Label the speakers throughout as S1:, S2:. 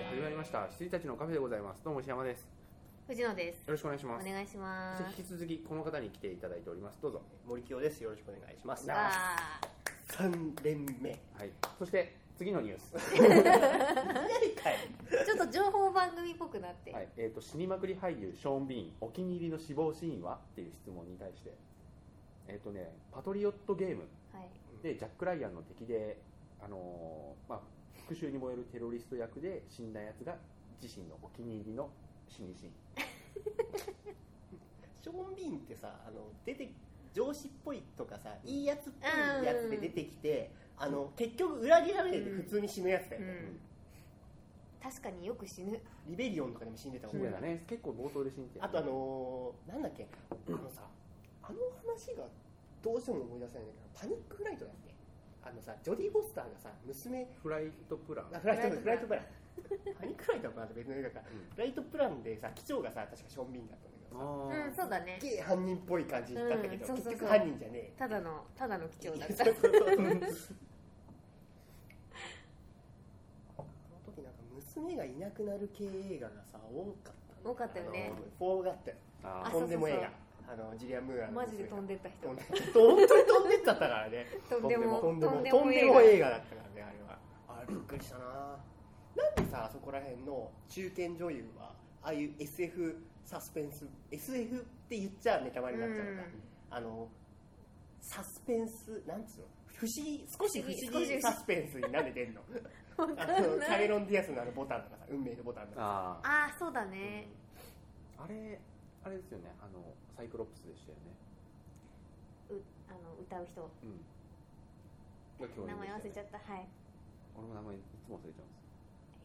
S1: は羊たちのカフェでございますどうも石山ですよ
S2: 藤野です。
S1: ろしくお願いし
S2: お
S1: ます
S2: 願いします
S1: そ。して引き続きこの方に来ていただいておりますどうぞ
S3: 森清ですよろしくお願いします
S1: な
S2: あ
S3: 三連目や
S1: はいそして次のニュース、
S3: りかい
S2: ーちょっと情報番組っぽくなって。
S1: はいえー、と死にまくり俳優ショーン・ビーンお気に入りの死亡シーンはっていう質問に対してえっ、とねパトリオットゲーム
S2: はい
S1: でジャック・ライアンの敵で、あのーまあ、復讐に燃えるテロリスト役で死んだやつが自身のお気に入りの死にシーン
S3: ショーン・ビーンってさあの出て上司っぽいとかさいいやつっぽいやつで出てきてあの結局裏切られて
S2: うん
S3: 普通に死ぬやつだ
S2: う
S3: よね、
S2: ん。確かによく死ぬ。
S3: リベリオンとかでも死んでた
S1: 死
S3: 覚
S1: んで
S3: え
S1: た
S3: がある
S1: ね結構冒頭で死んでた
S3: あとあのーなんだっけあのさあの話がどうしても思い出せないんだけどパニックフライトだっけあのさジョディ・フォスターがさ娘
S1: フライトプラン
S3: あフライト
S2: フ
S3: フ
S2: ライ
S3: ラ
S2: トプ
S3: イトプランパニックフライトはまた別の映画か、
S1: うん
S3: フライトプランでさ機長がさ確かショーン・ビーンだったんだ
S1: あ
S2: う
S3: けどさ
S1: ー
S2: ん、そうだね
S3: す。っげえ犯人っぽい感じだったんだけど、
S2: うんそうそうそう
S3: 結局 犯人じゃねえ
S2: ただのただの貴重だった。
S3: そうそうそうあの時なんか娘がいなくなる系映画がさ多かったんだ
S2: 多かったよね
S3: あのフォーガッテ
S1: あ
S2: あ
S3: ン
S2: そう
S3: と
S2: そうん
S3: でも映画あのジュリアン・ムーアの
S2: マジで飛ん
S3: で
S2: でった人
S3: 飛ん。でた本当に飛んでっちゃったから ね
S2: とんでも
S3: とんでも
S2: と
S3: と
S2: ん
S3: ん
S2: で
S3: で
S2: も
S3: も
S2: 映
S3: 映画だったからねあれはあれびっくりしたななんでさあそこら辺の中堅女優はああいう SF サスペンス SF って言っちゃネタバレになっちゃうのか、あのサスペンスなんつうの不思議少し不
S2: 不思
S3: 思
S2: 議
S3: 議サスペンスに慣 れてんの
S2: わか
S3: あ
S2: んない
S3: のキャメロン・ディアスのあのボタンとかさ運命のボタンとか
S1: あー
S2: ああ、そうだね。
S1: あれあれですよねあのサイクロプスでしたよね、
S2: うあの歌う人。
S1: うん、が共
S2: 名
S1: 演で
S2: 前
S1: したよね
S2: 忘れちゃった。はい。
S1: 俺も名前いつも忘れちゃうんです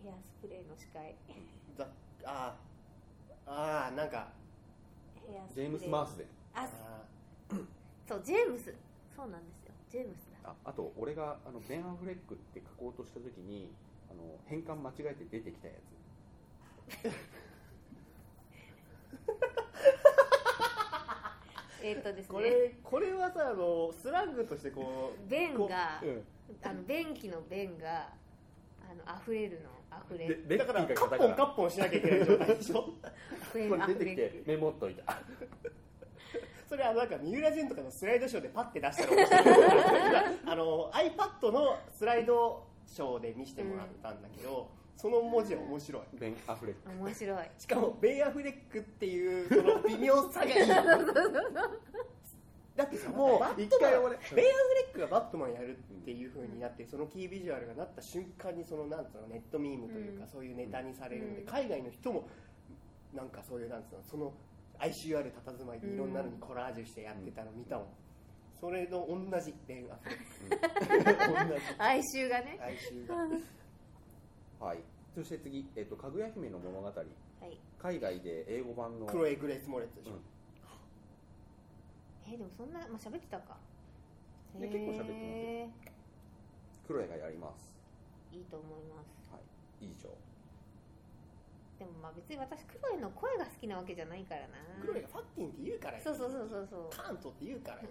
S2: ヘアスプレーの司会。
S3: ざあーあーなんか
S2: ヘアスプ
S1: ジ
S2: レ
S1: ェ
S2: ー。
S1: ームス・マースで
S3: あ
S2: あ、
S3: ー
S2: そうジェームス。そうなんですよ。ジェームスだ。
S1: ああと俺があのベン・アフレックって書こうとした時にあの変換間違えて出てきたや
S2: えーっとです
S3: こ
S2: ね。
S3: れこれはさあのスラングとしてこう
S2: ベンが
S1: つ、。
S2: あの便器の便があの溢れるの溢れ
S1: でレ
S3: だ
S1: ッ
S3: か
S1: キ
S3: ら
S1: ーが
S3: カッ
S1: 片
S3: ポン
S1: 仮
S3: カッポンしなきゃいけない状態で しょ
S2: 溢れ
S1: こ
S2: る
S1: れ
S2: 溢
S1: 出
S2: れ
S1: てきて
S2: る
S1: メモっといた
S3: それはなんか三浦淳とかのスライドショーでパッて出したら面 白いあの iPad のスライドショーで見せてもらったんだけど、その文字は面白い
S1: ベン・アフレック
S2: 面白い
S3: しかもベイアフレックっていうその微妙さがい いだってさもうバットマン
S1: 一回俺
S3: ベイアフレックがバットマンやるっていう風になってそのキービジュアルがなった瞬間にそのなんつうのネットミームというか、
S2: うん
S3: そういうネタにされるので、
S2: うん
S3: 海外の人もなんかそういうなんつうのその ICR たたずまいでいろんなのにコラージュしてやってたの見たもん、それの同じベイアフレック、 同じ
S2: 哀愁がね
S3: ICU が
S1: はいそして次、えっと「かぐや姫の物語」
S2: はい
S1: 海外で英語版の
S3: クロエ・グレイス・モレッツでしょ、
S2: えーでもそんなまあ喋ってたか
S1: いや結構喋ってますよ
S2: へ
S1: 黒絵がやります
S2: ーいいと思います
S1: 以上
S2: でもまあ別に私クロエの声が好きなわけじゃないからな
S3: クロエがファッキンって言うから
S2: そうそうそうそうそう
S3: カーントって言うから、
S2: うん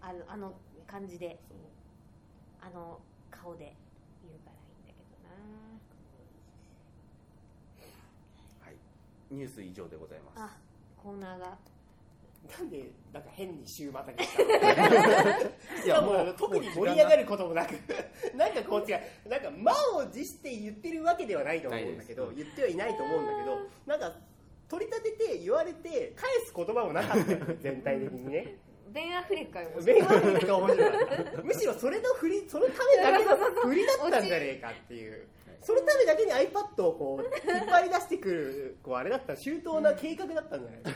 S2: あのあの感じで
S3: そう
S2: あの顔で言うからいいんだけどな
S1: はいニュース以上でございます
S2: あコーナーが
S3: なんでなんか変に週またぎ したのいやもう特に盛り上がることもなくなんかこう違うなんか満を持して言ってるわけではないと思うんだけど
S1: ない
S3: 言ってはいないと思うんだけどなんか取り立てて言われて返す言葉もなかったよね全体的に ね
S2: ベン・アフレックが面白い
S3: メイクアップが面白かったむしろそれの振りそのためだけの 振りだったんじゃねえかっていうそのためだけに iPad をこう引っ張り出してくるこうあれだった周到な計画だったんじゃないプ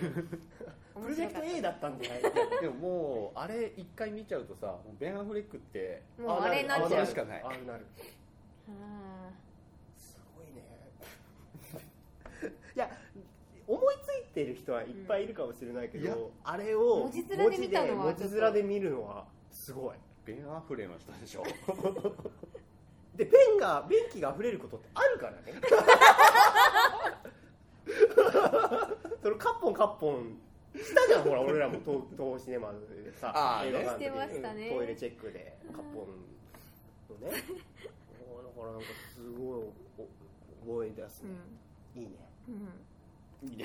S3: ロジェクト A だったんじゃない
S1: でももうあれ一回見ちゃうとさもうベン・アフレックって
S2: もうあれになっちゃ
S1: あ
S2: う
S1: それしかない
S3: あるなる
S2: あ
S3: すごいねいや思いついてる人はいっぱいいるかもしれないけ
S1: いや
S3: ど、あれを
S2: 文字面で見たのは
S3: 文字で文字面で見るのはすごい
S1: ベン・アフレの人でしょ
S3: でペンが便器が溢れることってあるから ねそれカッポンカッポンしたじゃんほら俺らも東東宝シネマでさ
S1: あー
S3: 映画館の時
S2: してましたね
S3: トイレチェックでカッポンのねおーだからなんかすごいお覚え出す
S2: ーう
S3: ね、
S2: ん
S1: いいね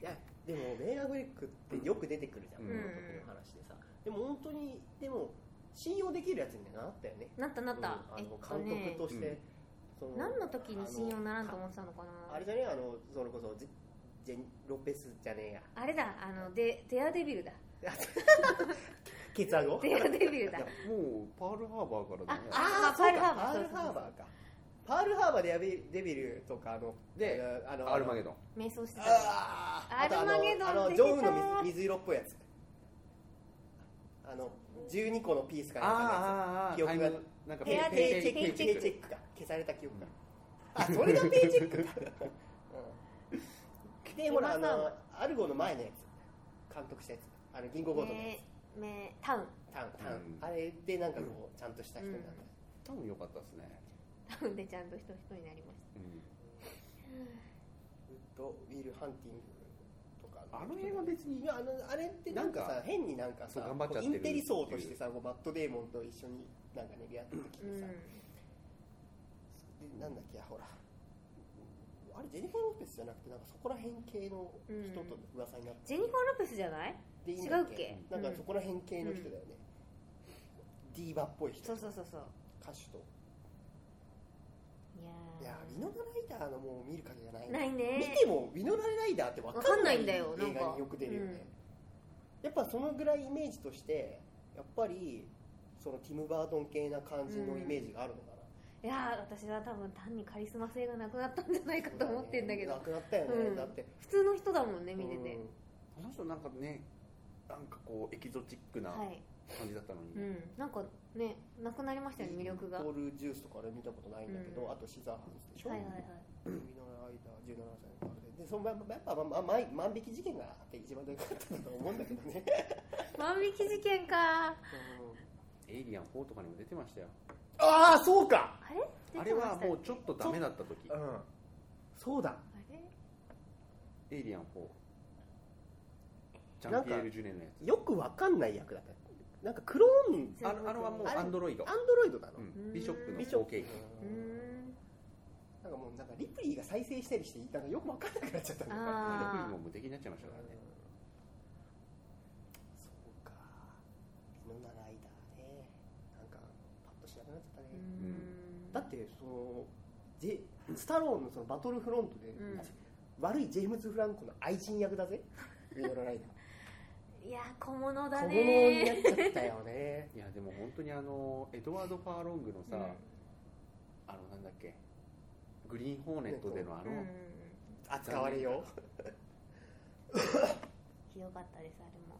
S3: いやでもメイン・アフレックってよく出てくるじゃん、
S1: うん
S3: この時の話でさでも本当にでも信用できるやつになったよね
S2: なったなった、
S3: うんあ
S2: えっと
S3: の監
S2: ね
S3: 督として、
S1: うん
S3: その
S2: 何の時に信用ならんと思ってたのか
S3: あの
S2: な
S3: かあれじゃねあのそれこそジジェン・ロペスじゃね
S2: あれだあのデデアデビルだ
S3: えや ケツアゴ
S2: デアデビル
S1: い
S2: だ
S1: やもうパールハーバーからだね
S2: あ
S3: あ
S2: パール
S3: そうか
S2: ハーバー
S3: パールハーバーかパールハーバーでやびデビルとかあの
S1: で
S3: あの
S1: アルマゲドン
S2: 瞑想してた
S3: あーあとあの
S2: アルマゲドン
S3: あの
S2: 出
S3: ジ
S2: てた
S3: ョウの水水色っぽいやつあの12個のピースか
S1: あ
S3: なんかのやつ記憶が
S1: タイムなんか
S2: ペア
S1: ペ
S2: で
S1: イペイペイ
S2: ペ
S1: ペ
S2: イ
S1: イ
S3: ペ
S1: ペ
S3: イ
S1: イ
S3: チェックか消された記憶か、あそれがペイチェックか、 うん、でほらあ
S2: 今
S3: の
S2: さ
S3: アルゴの前のやつ監督したやつあの銀行強盗のや
S2: めめタウン
S3: つタンタン、
S1: うん
S3: あれでなんかこうちゃんとした人になった、
S1: 多分良かったですね
S2: タウンでちゃんと人人になりまし
S1: うん
S3: ずっとウィル・ハンティングとか
S1: あの映画別に
S3: いやあのあれってなんかさ
S1: なんか
S3: 変になんか
S1: そ
S3: さ
S1: う頑張っちゃってる
S3: こうインテリ層としてさこうマット・デーモンと一緒になんかね出会った時
S2: た、う
S3: に
S2: ん
S3: さ、、でなんだっけほらあれジェニファー・ロペスじゃなくてなんかそこら辺系の人と噂になって
S2: ジェニファー・ロペスじゃない
S3: でいいん
S2: 違
S3: だ
S2: う
S3: っ
S2: っけ
S3: なんかそこら辺系の人だよね、ディーバっぽい人
S2: そうそうそうそう
S3: 歌手と
S2: いやー
S3: いやウィノナライダーのもう見る限りじゃない
S2: ないね
S3: 見てもウィノナライダーって分かんな
S2: わか
S3: い
S2: んないんだよなん
S3: 映
S2: か
S3: 画によく出るよね、やっぱそのぐらいイメージとしてやっぱりそのティム・バートン系な感じのイメージがあるのかな、
S2: いやー私は多分単にカリスマ性がなくなったんじゃないかと思ってんだけ
S3: な
S2: ど
S3: くなったよね、
S2: うん
S3: だって
S2: 普通の人だもんね見てて、
S1: あの人なんかねなんかこうエキゾチックな
S2: はい、
S1: 感じだったのに、
S2: うん、なんかねなくなりましたよね魅力がは
S3: ポ
S2: い
S3: ール・ジュースとかあれ見たことないんだけ
S2: う
S3: ど、
S2: ん
S3: あとシザーハンスでしょ、
S2: はいはい
S3: 海の間17歳の彼ででそのままやっぱ、ままま、万引き事件があって一番でかったんだと思うんだけど ね
S2: 万引き事件か
S1: エイリアン4とかにも出てましたよ
S3: ああそうか、
S2: あれ出
S1: あ
S2: て
S1: れ
S2: ました
S1: は
S2: っけ
S1: もうちょっとダメだった時
S3: ん、そうだ
S2: あれ
S1: エイリアン4ジャンピエール・ジュネのや
S3: よくわかんない役だったなんかクローン
S1: つあのあれはもう
S3: あれ
S1: アンドロイド
S3: ア、ンドロイドなの、
S1: うんビショップの
S3: ビショッ
S1: 後
S3: プ
S1: 継機
S2: うーん
S3: なんかもうなんかリプリーが再生したりしてなんかよくわかんなくなっちゃったんだよね
S2: あ
S1: リ
S2: ー
S1: プリも無敵になっちゃいましたからね
S3: そうかミノナライダーねなんかパッとしなくなっちゃったね、
S2: うーん
S3: だってそのジェスタローンのそのバトルフロントで、
S2: うん
S3: 悪いジェームズ・フランコの愛人役だぜミノナライ
S2: いや小物
S3: ダー
S2: だ
S3: 小
S2: ね
S3: 物になっちゃったよね
S1: いやでも本当にあのエドワード・ファーロングのさ、
S2: うん
S1: あのなんだっけグリーン・ホーネットでのあ
S2: う
S1: の、
S2: ん
S3: 扱われよ
S2: ひどかったですあれも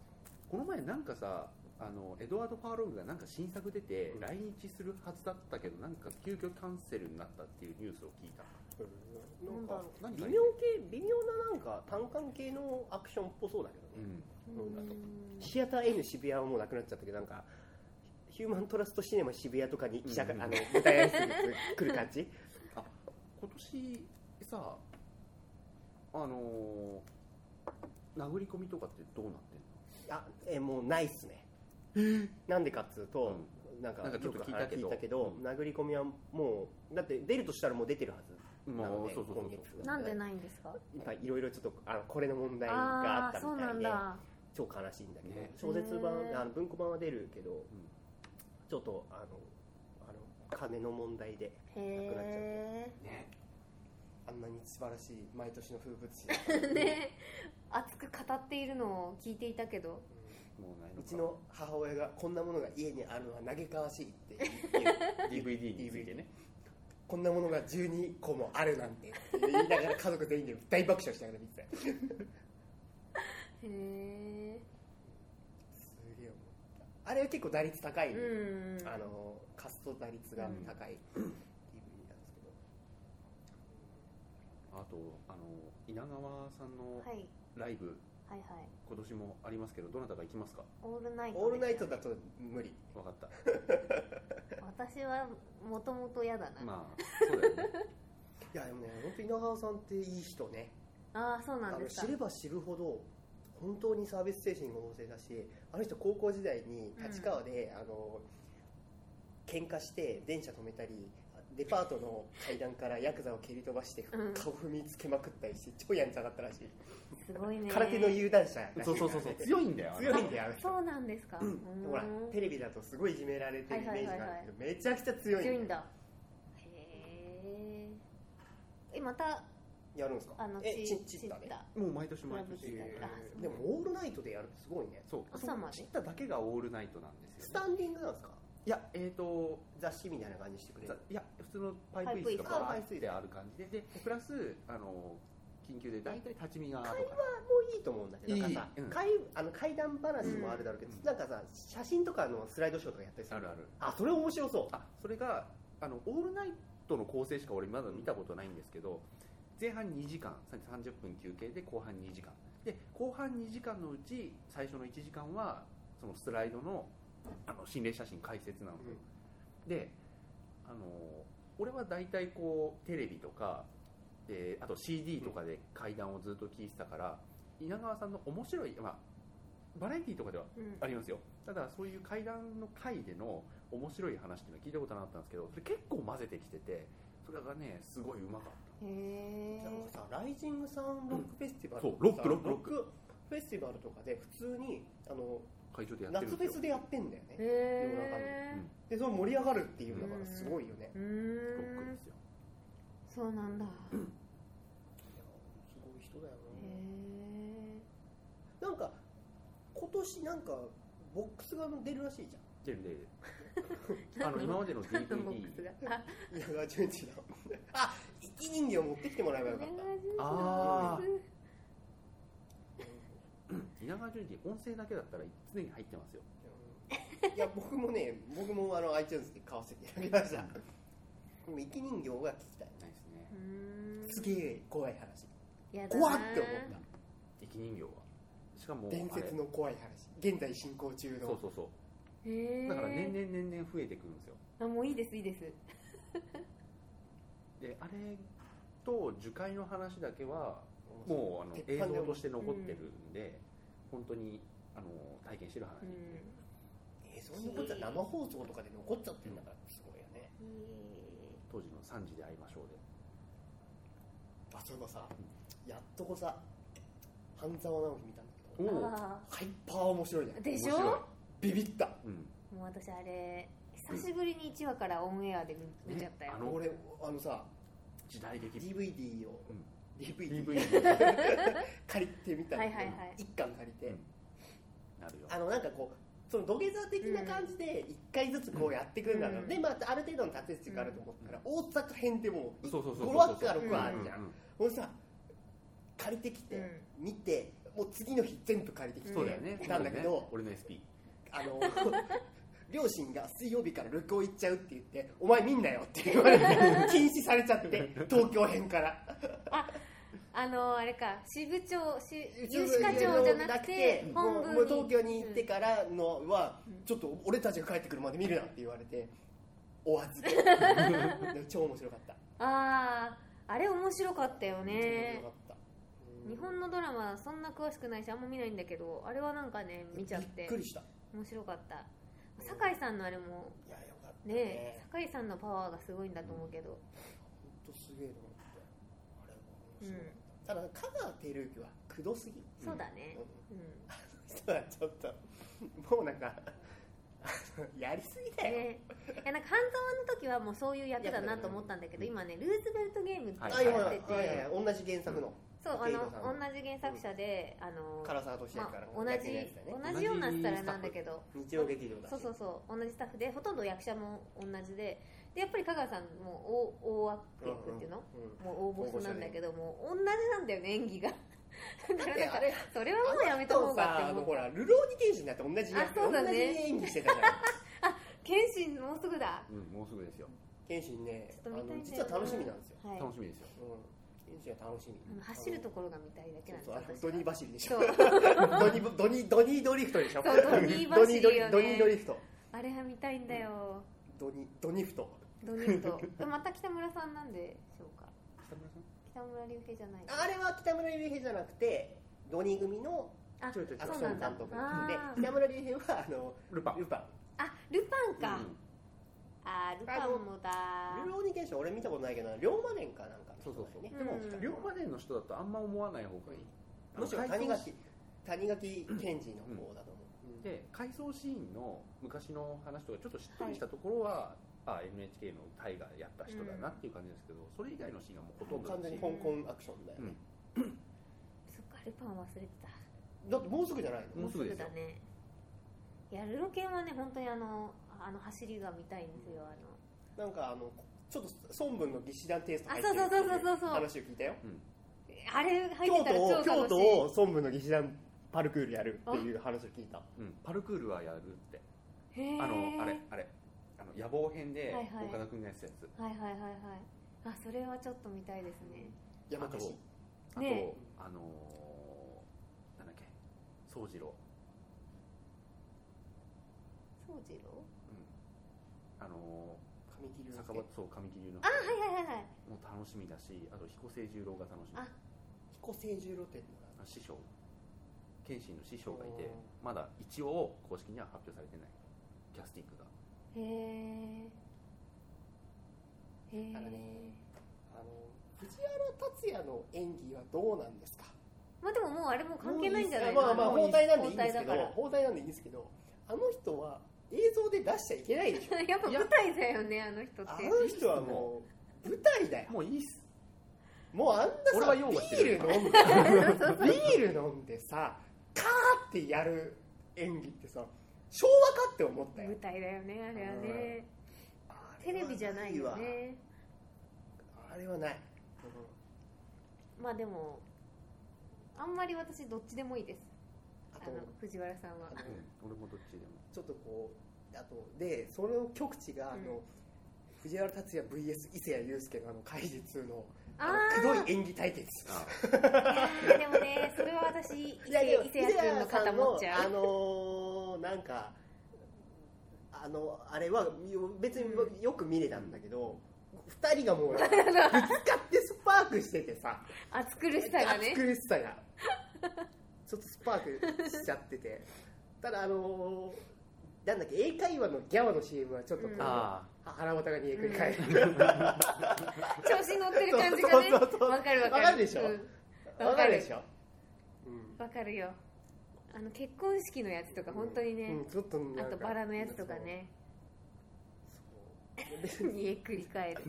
S1: この前なんかさあのエドワード・ファーロングがなんか新作出て
S3: うん
S1: 来日するはずだったけどなんか急遽キャンセルになったっていうニュースを聞いた
S3: な
S2: なんん
S3: か
S2: だろう
S1: 何
S3: 微
S1: か
S3: 妙系微妙ななんか単管系のアクションっぽそうだけど
S1: う
S3: ね、
S1: ん
S3: そうだと
S2: うん
S3: シアター N 渋谷はもうなくなっちゃったけどなんかヒューマントラストシネマ渋谷とかに記者が、
S1: うん
S3: あの舞台挨拶に来る感じ
S1: 今年さあのー殴り込みとかってどうなってんの
S3: あえもうないっすねなんでかっつうと、なんか
S1: なんかちょっと聞いたけど
S3: よく
S1: う
S3: 殴り込みはもうだって出るとしたらもう出てるはずな
S1: ま
S3: の
S1: あ
S3: で
S1: そうそうそう
S3: 今
S1: そう
S3: 月
S2: なんでないんですか
S3: まあいろいろちょっとあのこれの問題があ
S2: あ
S3: っ
S2: あ
S3: た
S2: ーそう
S3: みた
S2: ないん
S3: で
S2: だ
S3: 超悲しいんだけど、
S1: ね
S3: 小説版
S2: へー
S3: あの文庫版は出るけど、ちょっとあのあの金の問題で
S2: へ
S3: なくなっちゃ
S2: え
S1: ね
S3: あんなに素晴らしい毎年の風物詩
S2: ね熱く語っているのを聞いていたけど
S1: もうないうの
S3: ちの母親がこんなものが家にあるのは嘆かわしいって言っ て
S1: DVD についてね
S3: こんなものが12個もあるなんてって言いながら家族全員で大爆笑しながら見てたよす
S2: へえ
S3: げえ思ったあれは結構打率高い、
S2: うん
S3: あのカスト打率が高い DVD なんですけど、
S1: あとあの稲川さんの
S2: はい
S1: ライブ
S2: はいはい
S1: 今年もありますけどどなたが行きますか
S2: オールナイト
S3: オールナイト
S2: です
S3: だ
S2: よね
S3: と無理
S1: 分かった
S2: 私はもともと嫌だな、
S1: まあそうだよ ね
S3: いやでもね本当稲川さんっていい人ね
S2: ああそうな
S3: あ
S2: ん
S3: の
S2: です
S3: 知
S2: か
S3: れば知るほど本当にサービス精神が旺盛だしあの人高校時代に立川で、あの喧嘩して電車止めたりデパートの階段からヤクザを蹴り飛ばして
S2: うん
S3: 顔踏みつけまくったりして超やんちゃだったらしい
S2: すごいね
S3: 空手の有段者らしいからね
S1: そうそうそうそう強いんだよあれ
S3: 強いんだよあの人
S2: そうなんですか、うん
S3: ほらテレビだとすごいいじめられてるイメージがあるけどめちゃくちゃ強い
S2: 強い
S3: ん
S2: ん
S3: だよ
S2: だへーえまた
S3: やるんですか
S2: あの
S3: え
S2: ち
S3: チチッタね
S1: もう毎年毎年
S2: クラブ時代あそう
S3: でもオールナイトでやるってすごいね
S1: そう
S2: 朝まで
S1: 知っただけがオールナイトなんです
S3: ス
S1: よ、ね、
S3: タンディングなんですか
S1: いやえーと
S3: 雑誌みたいな感じにしてくれ
S1: ざ
S3: る
S1: いや普通のパイプ椅子とか
S3: パ
S1: パ
S3: イ
S1: イ
S3: プ椅子
S1: プである感じででプラスあの緊急で大体立ち見がとか
S3: もういいと思うんだけど
S1: いい
S3: なんかさ
S1: うん
S3: 怪あの怪談話もあるだろうけど
S1: うん
S3: なんかさ写真とかのスライドショーとかやったりす
S1: あ
S3: る
S1: るある
S3: あそれ面白そう
S1: あそれがあのオールナイトの構成しか俺まだ見たことないんですけど前半2時間30分休憩で後半2時間で後半2時間のうち最初の1時間はそのスライドのあの心霊写真解説なのよ、であの俺は大体こうテレビとかであと CD とかで階段をずっと聞いてたから稲川さんの面白い、まあ、バラエティーとかでは
S2: うん
S1: ありますよただそういう階段の回での面白い話っていうのは聞いたことなかったんですけどそれ結構混ぜてきててそれがねすごいうまかった
S2: へ
S3: なんか
S2: ー
S3: さライジングサンロックフェスティバル
S1: そう
S3: とか
S1: ロックロック
S3: ロ
S1: ロ
S3: ッ
S1: ッ
S3: ク
S1: ク
S3: フェスティバルとかで普通にあの
S1: 会場でやってる
S3: 夏
S1: ん
S3: フ
S1: で
S3: ェ
S1: す
S3: ス
S1: よ
S3: でやってんだよね
S2: へ
S1: うん
S3: でそれ盛り上がるっていうのがすごいよね
S2: ーう
S1: ロ
S2: ー
S1: ックで
S2: ん
S1: すよ
S2: そうなんだ
S3: すごい人だよ
S2: へ
S3: ねなんか今年なんかボックスが出るらしいじ
S1: 出る出るあの今ま での
S2: ー何のボ
S1: DVD
S2: ックスがあ
S3: ゃん稲川淳一のあ生き人形持ってきてもらえばよかっ
S2: お
S3: た
S2: 願いします
S1: あ稲川淳二音声だけだったら常に入ってますよ
S3: いや僕もね僕もあの iTunes で買わせていただきましたでも生き人形が聞きたい
S1: ないです
S2: う
S1: ね
S2: ーん
S3: すげえ怖い話
S2: やだな
S3: 怖っって思った
S1: 生き人形はしかも
S3: 伝説の怖い話現在進行中
S1: あれ
S3: の
S1: そうそうそう
S2: へー
S1: だから年々年々増えてくるんですよ
S2: あもういいですいいです
S1: であれと樹海の話だけはもうあの
S3: 鉄
S1: 映
S3: 板で
S1: 像として残ってるんで、本当にあの体験してる話、
S2: うん
S3: えそんなことは生放送とかで残っちゃってるんだからすごいよね
S1: 当時の「3時で会いましょうで」
S3: あそういえばさやっとこさ半沢直樹見たんだけど
S1: おう
S2: あ
S3: ハイパー面白いね
S2: ーでし
S1: 面白
S2: ょ
S3: ビビった
S1: い、うん
S2: もう私あれ久しぶりに1話からオンエアで見見ちゃったよ、
S1: ねあの
S3: 俺あのさ
S1: 時代的
S3: DVD を、
S1: うん
S3: DVD
S1: DVD
S3: 借りてみたんだけど
S2: はいはいはい
S3: 一巻借りて、
S1: うんなるよ
S3: あのなんかこうその土下座的な感じで一回ずつこうやっていくんだろう、
S2: うん
S3: でまあある程度の立て位置があると思ったら、大阪編でも
S1: そうそうそうそう
S3: 5話か6
S2: うん
S3: 話あるじゃん、
S1: うん
S3: 俺さ借りてきて、見てもう次の日全部借りてきて、
S2: ん
S1: そうだよね
S3: なんだけど
S1: そうね俺の SP
S3: あの 両親が水曜日から旅行行っちゃうって言って「お前見んなよ」って言われて禁止されち ゃって東京編から
S2: あのあれか支部長し有志課長じゃなくて本
S3: もう
S2: 部
S3: もう
S2: に
S3: 東京に行ってからのは、
S2: うん
S3: ちょっと俺たちが帰ってくるまで見るなって言われて終わず 超面白かった
S2: あああれ面白かったよね
S3: 超面白かった
S2: 日本のドラマそんな詳しくないしあんま見ないんだけどあれはなんかね見ちゃっ
S3: びってくりしたい
S2: 面白かった酒井さんのあれも
S3: やよかった
S2: ね酒井さんのパワーがすごいんだと思うけど
S3: 本当すげえと思ってあれは面白かった、ただ香川照之はくどすぎ、
S2: そうだね
S3: うん
S2: うん
S3: そうだちょっともうなんかあのやりすぎだよ、
S2: ね、いやなんか半沢の時はもうそういう役だなと思ったんだけど今ねルーズベルトゲームって
S1: は
S3: あい
S1: い
S3: や
S1: はい
S2: やって
S3: いやいやい
S2: て
S3: や同じ原作の
S2: そうあ
S3: 池井
S2: の
S3: 戸さん
S2: 同じ原作者であの
S3: 唐沢俊明
S2: ま
S3: か
S2: あ
S3: ら、
S2: 同
S3: やってるやつだね
S2: じ同じようなスタイルなんだけど
S3: 日曜劇場だし
S2: そうそうそう同じスタッフでほとんど役者も同じででやっぱり香川さんも大大悪役っていうの、
S3: うんうん
S2: もう大ボスなんだけどもう同じなんだよね演技が だからなん
S3: あ
S2: か
S3: れ
S2: それはもうやめた方がって
S3: あの
S2: 思う
S3: ほら流浪に剣士になって同じ
S2: あそうだね
S3: 同じ演技してたから
S2: 謙信もうすぐだ
S1: うんもうすぐですよ
S3: 剣士ね
S2: ちょっと見たいんだよな
S3: あの実は楽しみなんですよ、
S2: はい
S1: 楽しみですよ
S3: うん、剣士は楽しみ
S2: あの走るところが見たいだけなんです
S3: そうそうあの
S2: 私
S3: ド
S2: は
S3: ニー走りでし
S2: そ
S3: ょ
S2: う
S3: ドニードニードニードリフトでしょ
S2: そうドニー
S3: ドニー
S2: 走
S3: ドリ
S2: りよね
S3: ドニードリフト
S2: あれは見たいんだよ、
S3: ドニードニフト
S2: ドニーとでまた北村さんなんでしょうか
S1: 北村さん
S2: 北村隆平じゃない
S3: あれは北村隆平じゃなくてドニー組の
S2: あ
S1: ちょいちょい
S3: あの
S2: そうなん
S3: 孫
S2: だ
S3: 監督
S2: あー
S3: で北村隆平はあの
S1: ルパン
S3: ルパン
S2: あルパンか、
S1: うん
S2: あるかもだ
S3: ルローニケンション俺見たことないけど龍馬伝かなんかの
S1: そう
S3: 人
S1: そうそ
S3: だ
S1: う、
S3: よね
S1: でも
S2: うん
S1: 龍馬伝の人だとあんま思わない方がいい、あの
S3: むしろ谷
S1: 回想シ
S3: 垣谷垣健二の方だと思う、
S1: で回想シーンの昔の話とかちょっとしっとりしたところは、あ NHK の大河やった人だなっていう感じですけど、それ以外のシーンがもうほとんどだし
S3: 完全に香港アクションだよね、
S2: そっかルパン忘れてた
S3: だってもうすぐじゃない
S1: も
S3: の、
S1: うすぐですよ
S2: だねいやルロケンはね本当にあのあの走りが見たいんですよあの
S3: なんかあのちょっと孫文の義士団テイスト入って
S2: あ
S3: る
S2: そうそうそうそうそう
S3: 話を聞いたよ
S2: あれ入って
S3: 京
S2: たら超
S3: 都
S2: 楽し
S3: を
S2: い
S3: 京都を孫文の義士団パルクールやるっていう話を聞いた
S1: うん、パルクールはやるって
S2: へー
S1: あのあれあれあの野望編で
S2: はいはい
S1: 岡田君がやってたやつ
S2: はいはいはいはいあそれはちょっと見たいですね
S3: 山口
S1: あとあと、
S2: ね
S1: あのーなんだっけ宗次郎
S2: 宗次郎
S1: あの
S3: 神木
S1: ー
S3: 隆
S1: 坂
S3: 之
S1: 本そう神木隆之
S2: あはいはいはいはい
S1: も楽しみだしあと彦星十郎が楽しみ
S2: あ
S3: 彦星十郎って
S1: あ師匠謙信の師匠がい
S3: お
S1: て
S3: ー
S1: まだ一応公式には発表されてないキャスティングが
S2: へえへ
S3: あのね
S2: え
S3: あの藤原竜也の演技はどうなんですか
S2: まあでももうあれもう関係ないんじゃない
S3: まあまあ
S2: もう
S3: 包帯なんでいいん
S2: 包
S3: ですけど
S2: 帯だか
S3: 包帯なんでいいんですけどあの人は映像で出しちゃいけないでしょ
S2: ら やっぱ舞台だよねあの人って
S3: あの人はもう舞台だよ
S1: もういいっす
S3: もうあん
S1: 俺
S3: な
S1: は
S3: さ
S1: 擁護して
S3: ビ
S1: る
S3: ール飲んでさビール飲んでさカーってやる演技ってさ昭和かって思ったよ
S2: 舞台だよねあれはねテレビじゃないよね
S3: あれはない
S2: まあでもあんまり私どっちでもいいです
S3: あ
S2: あの
S3: と
S2: 藤原さんは
S3: あの
S1: 俺もどっちでも
S3: ちょっとこうあとでその極地があの、
S2: うん
S3: 藤原竜也 VS 伊勢谷友介のあの怪術のあ
S2: あ
S3: のくどい演技対決
S1: あ
S2: ーいやでもねそれは私伊
S3: いやいや
S2: 勢伊勢谷君の肩持っちゃ
S3: あ
S2: う
S3: のーなんかあのあれはよ別に
S2: う
S3: よく見れたんだけど、二人 がもうぶつかってスパークしててさ
S2: 暑苦しさがね
S3: 暑苦しさがちょっとスパークしちゃっててただあのーなんだっけ英会話のギャワの CM はちょっとこう、
S2: うん
S1: あ
S3: 腹渡が煮えくり返る、
S2: 調子乗ってる感じがね
S3: そうそうそうそう
S2: わかるわかる
S3: わかるでしょ
S2: うん
S3: わかるでしょ、うん
S2: わかるよあの結婚式のやつとか本当にね
S3: うん、ちょっとなん
S2: あ
S3: か
S2: とバラのやつとかね
S3: そうそう
S2: 煮えくり返 る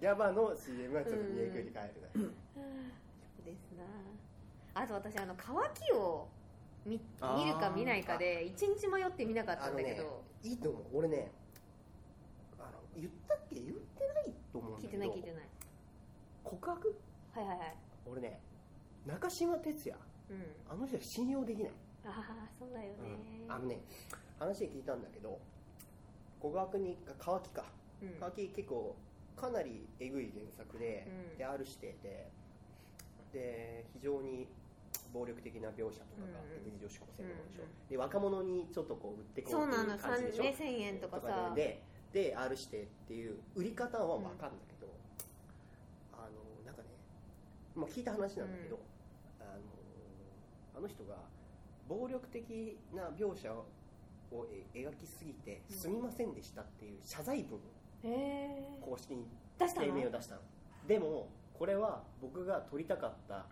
S3: ギャバの CM はちょっと見えくり返るな、
S2: そうですなあと私あの乾きを見
S1: あー
S2: 見るか見ないかで一日迷って見なかったんだけ
S3: あのね
S2: ど、
S3: いいと思う俺ねあの言ったっけ言ってないと思うんだ
S2: 聞い
S3: け
S2: て
S3: ど
S2: ない聞いてない
S3: 告白
S2: はいはいはい
S3: 俺ね中島哲也
S2: うん
S3: あの人は信用できない、
S2: ああそうだよね、
S3: うんあのね話で聞いたんだけど告白に乾きか
S2: うん
S3: 乾き結構かなりえぐい原作で、
S2: うん
S3: であるしてでで非常に暴力的な描写とかが
S2: うんうん
S3: 劇場志向性のものでしょ、
S2: うん
S3: で若者にちょっとこう売ってこ
S2: そうう
S3: って
S2: ないの
S3: う感じでし
S2: 3
S3: ょ
S2: ね1000円とかさ
S3: でで R してっていう売り方は分かんだけど、あのなんかね、まあ、聞いた話なんだけど、あのあの人が暴力的な描写をえ描きすぎて
S2: うん
S3: すみませんでしたっていう謝罪文を
S2: へえ
S3: 公式に
S2: 出した
S3: 声
S2: の
S3: 明を出したのでもこれは僕が撮りたかった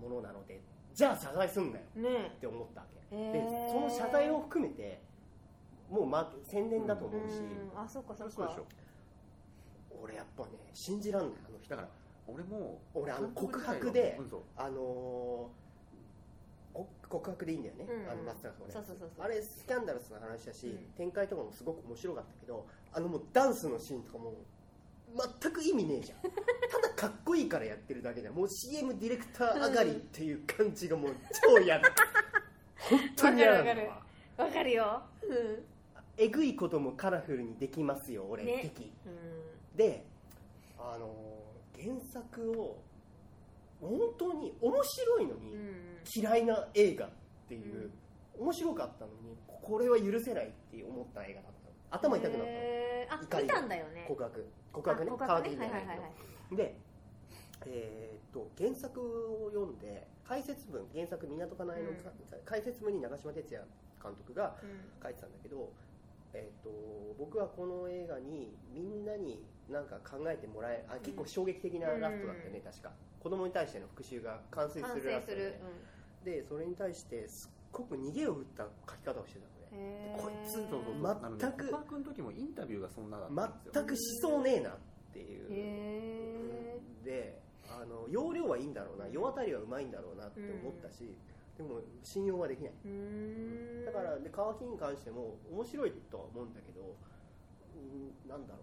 S3: ものなのでじゃあ謝罪すんなよ
S2: ね
S3: って思ったわけ
S2: え
S3: で
S2: へー
S3: その謝罪を含めてもうま宣伝だと思うし、
S2: うんあそっかそっか
S1: そうでしょ
S3: 俺やっぱね信じらんないあの人
S1: だから俺も
S3: 俺あの告白で
S1: うんそう
S3: あのーこ告白でいいんだよね、
S2: うん
S3: あの松坂のね
S2: そうそうそうそう
S3: あれスキャンダルスな話だし、
S2: うん
S3: 展開とかもすごく面白かったけどあのもうダンスのシーンとかもう全く意味ねえじゃんただかっこいいからやってるだけじゃんもう CM ディレクター上がりっていう感じがもう超嫌だ本当に嫌なん
S2: わかる
S3: だ
S2: わ
S3: わ
S2: わかるようん
S3: えぐいこともカラフルにできますよ俺、
S2: ね
S3: 的
S2: うん
S3: であのー原作を本当に面白いの
S2: う
S3: に
S2: ん
S3: 嫌いな映画っていう、面白かったのにこれは許せないって思った映画だった頭痛くなったの、
S2: へー
S3: 怒
S2: あ
S3: り
S2: 見たんだよね
S3: 告白告白ね
S2: あ
S3: 乾
S2: ね
S3: きじゃ
S2: は
S3: ないい
S2: はい
S3: けど、
S2: はいはい
S3: でえーっと原作を読んで解説文原作「港かなえの、
S2: うん
S3: 解説文に長嶋哲也監督が
S2: うん
S3: 書いてたんだけどえっと僕はこの映画にみんなになんか考えてもらえあ結構衝撃的なラストだったよね、確か子供に対しての復讐が完成
S2: 反
S3: す
S2: 省
S3: るラス
S2: す
S3: トで,、
S2: る、
S3: でそれに対してすっごく逃げを打った書き方をしてたのね
S2: うん、へー
S1: こいつと
S3: 全く
S1: パー君の時もインタビューがそんなだったんですよ
S3: 全くしそうねえなっていう、
S2: へ
S3: であの容量はいいんだろうな世渡りはうまいんだろうなって思ったし、でも信用はできない
S2: ーうーん
S3: だからで乾きに関しても面白いとは思うんだけど、うん、なんだろ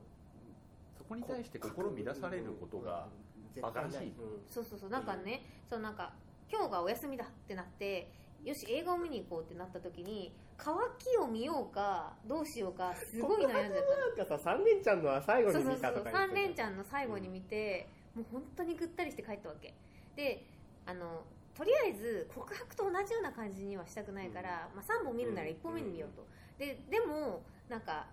S1: そこに
S3: う
S1: 対して心乱されることが
S3: 絶対
S1: 馬鹿らしい
S3: うん
S2: そうそうそうなんかね、そのなんか今日がお休みだってなってよし映画を見に行こうってなった時に乾きを見ようかどうしようかすごい悩んじゃっ
S3: なんかさ三連ちゃんのは最
S2: た
S3: 後
S2: そ
S3: に
S2: うそ
S3: 見
S2: う
S3: た
S2: そ
S3: と
S2: う
S3: か
S2: 3連
S3: ゃ
S2: ちゃんの最後に見て、もう本当にぐったりして帰ったわけであのとりあえず告白と同じような感じにはしたくないから、まあ、3本見るなら1本目に見ようと、ででもなんか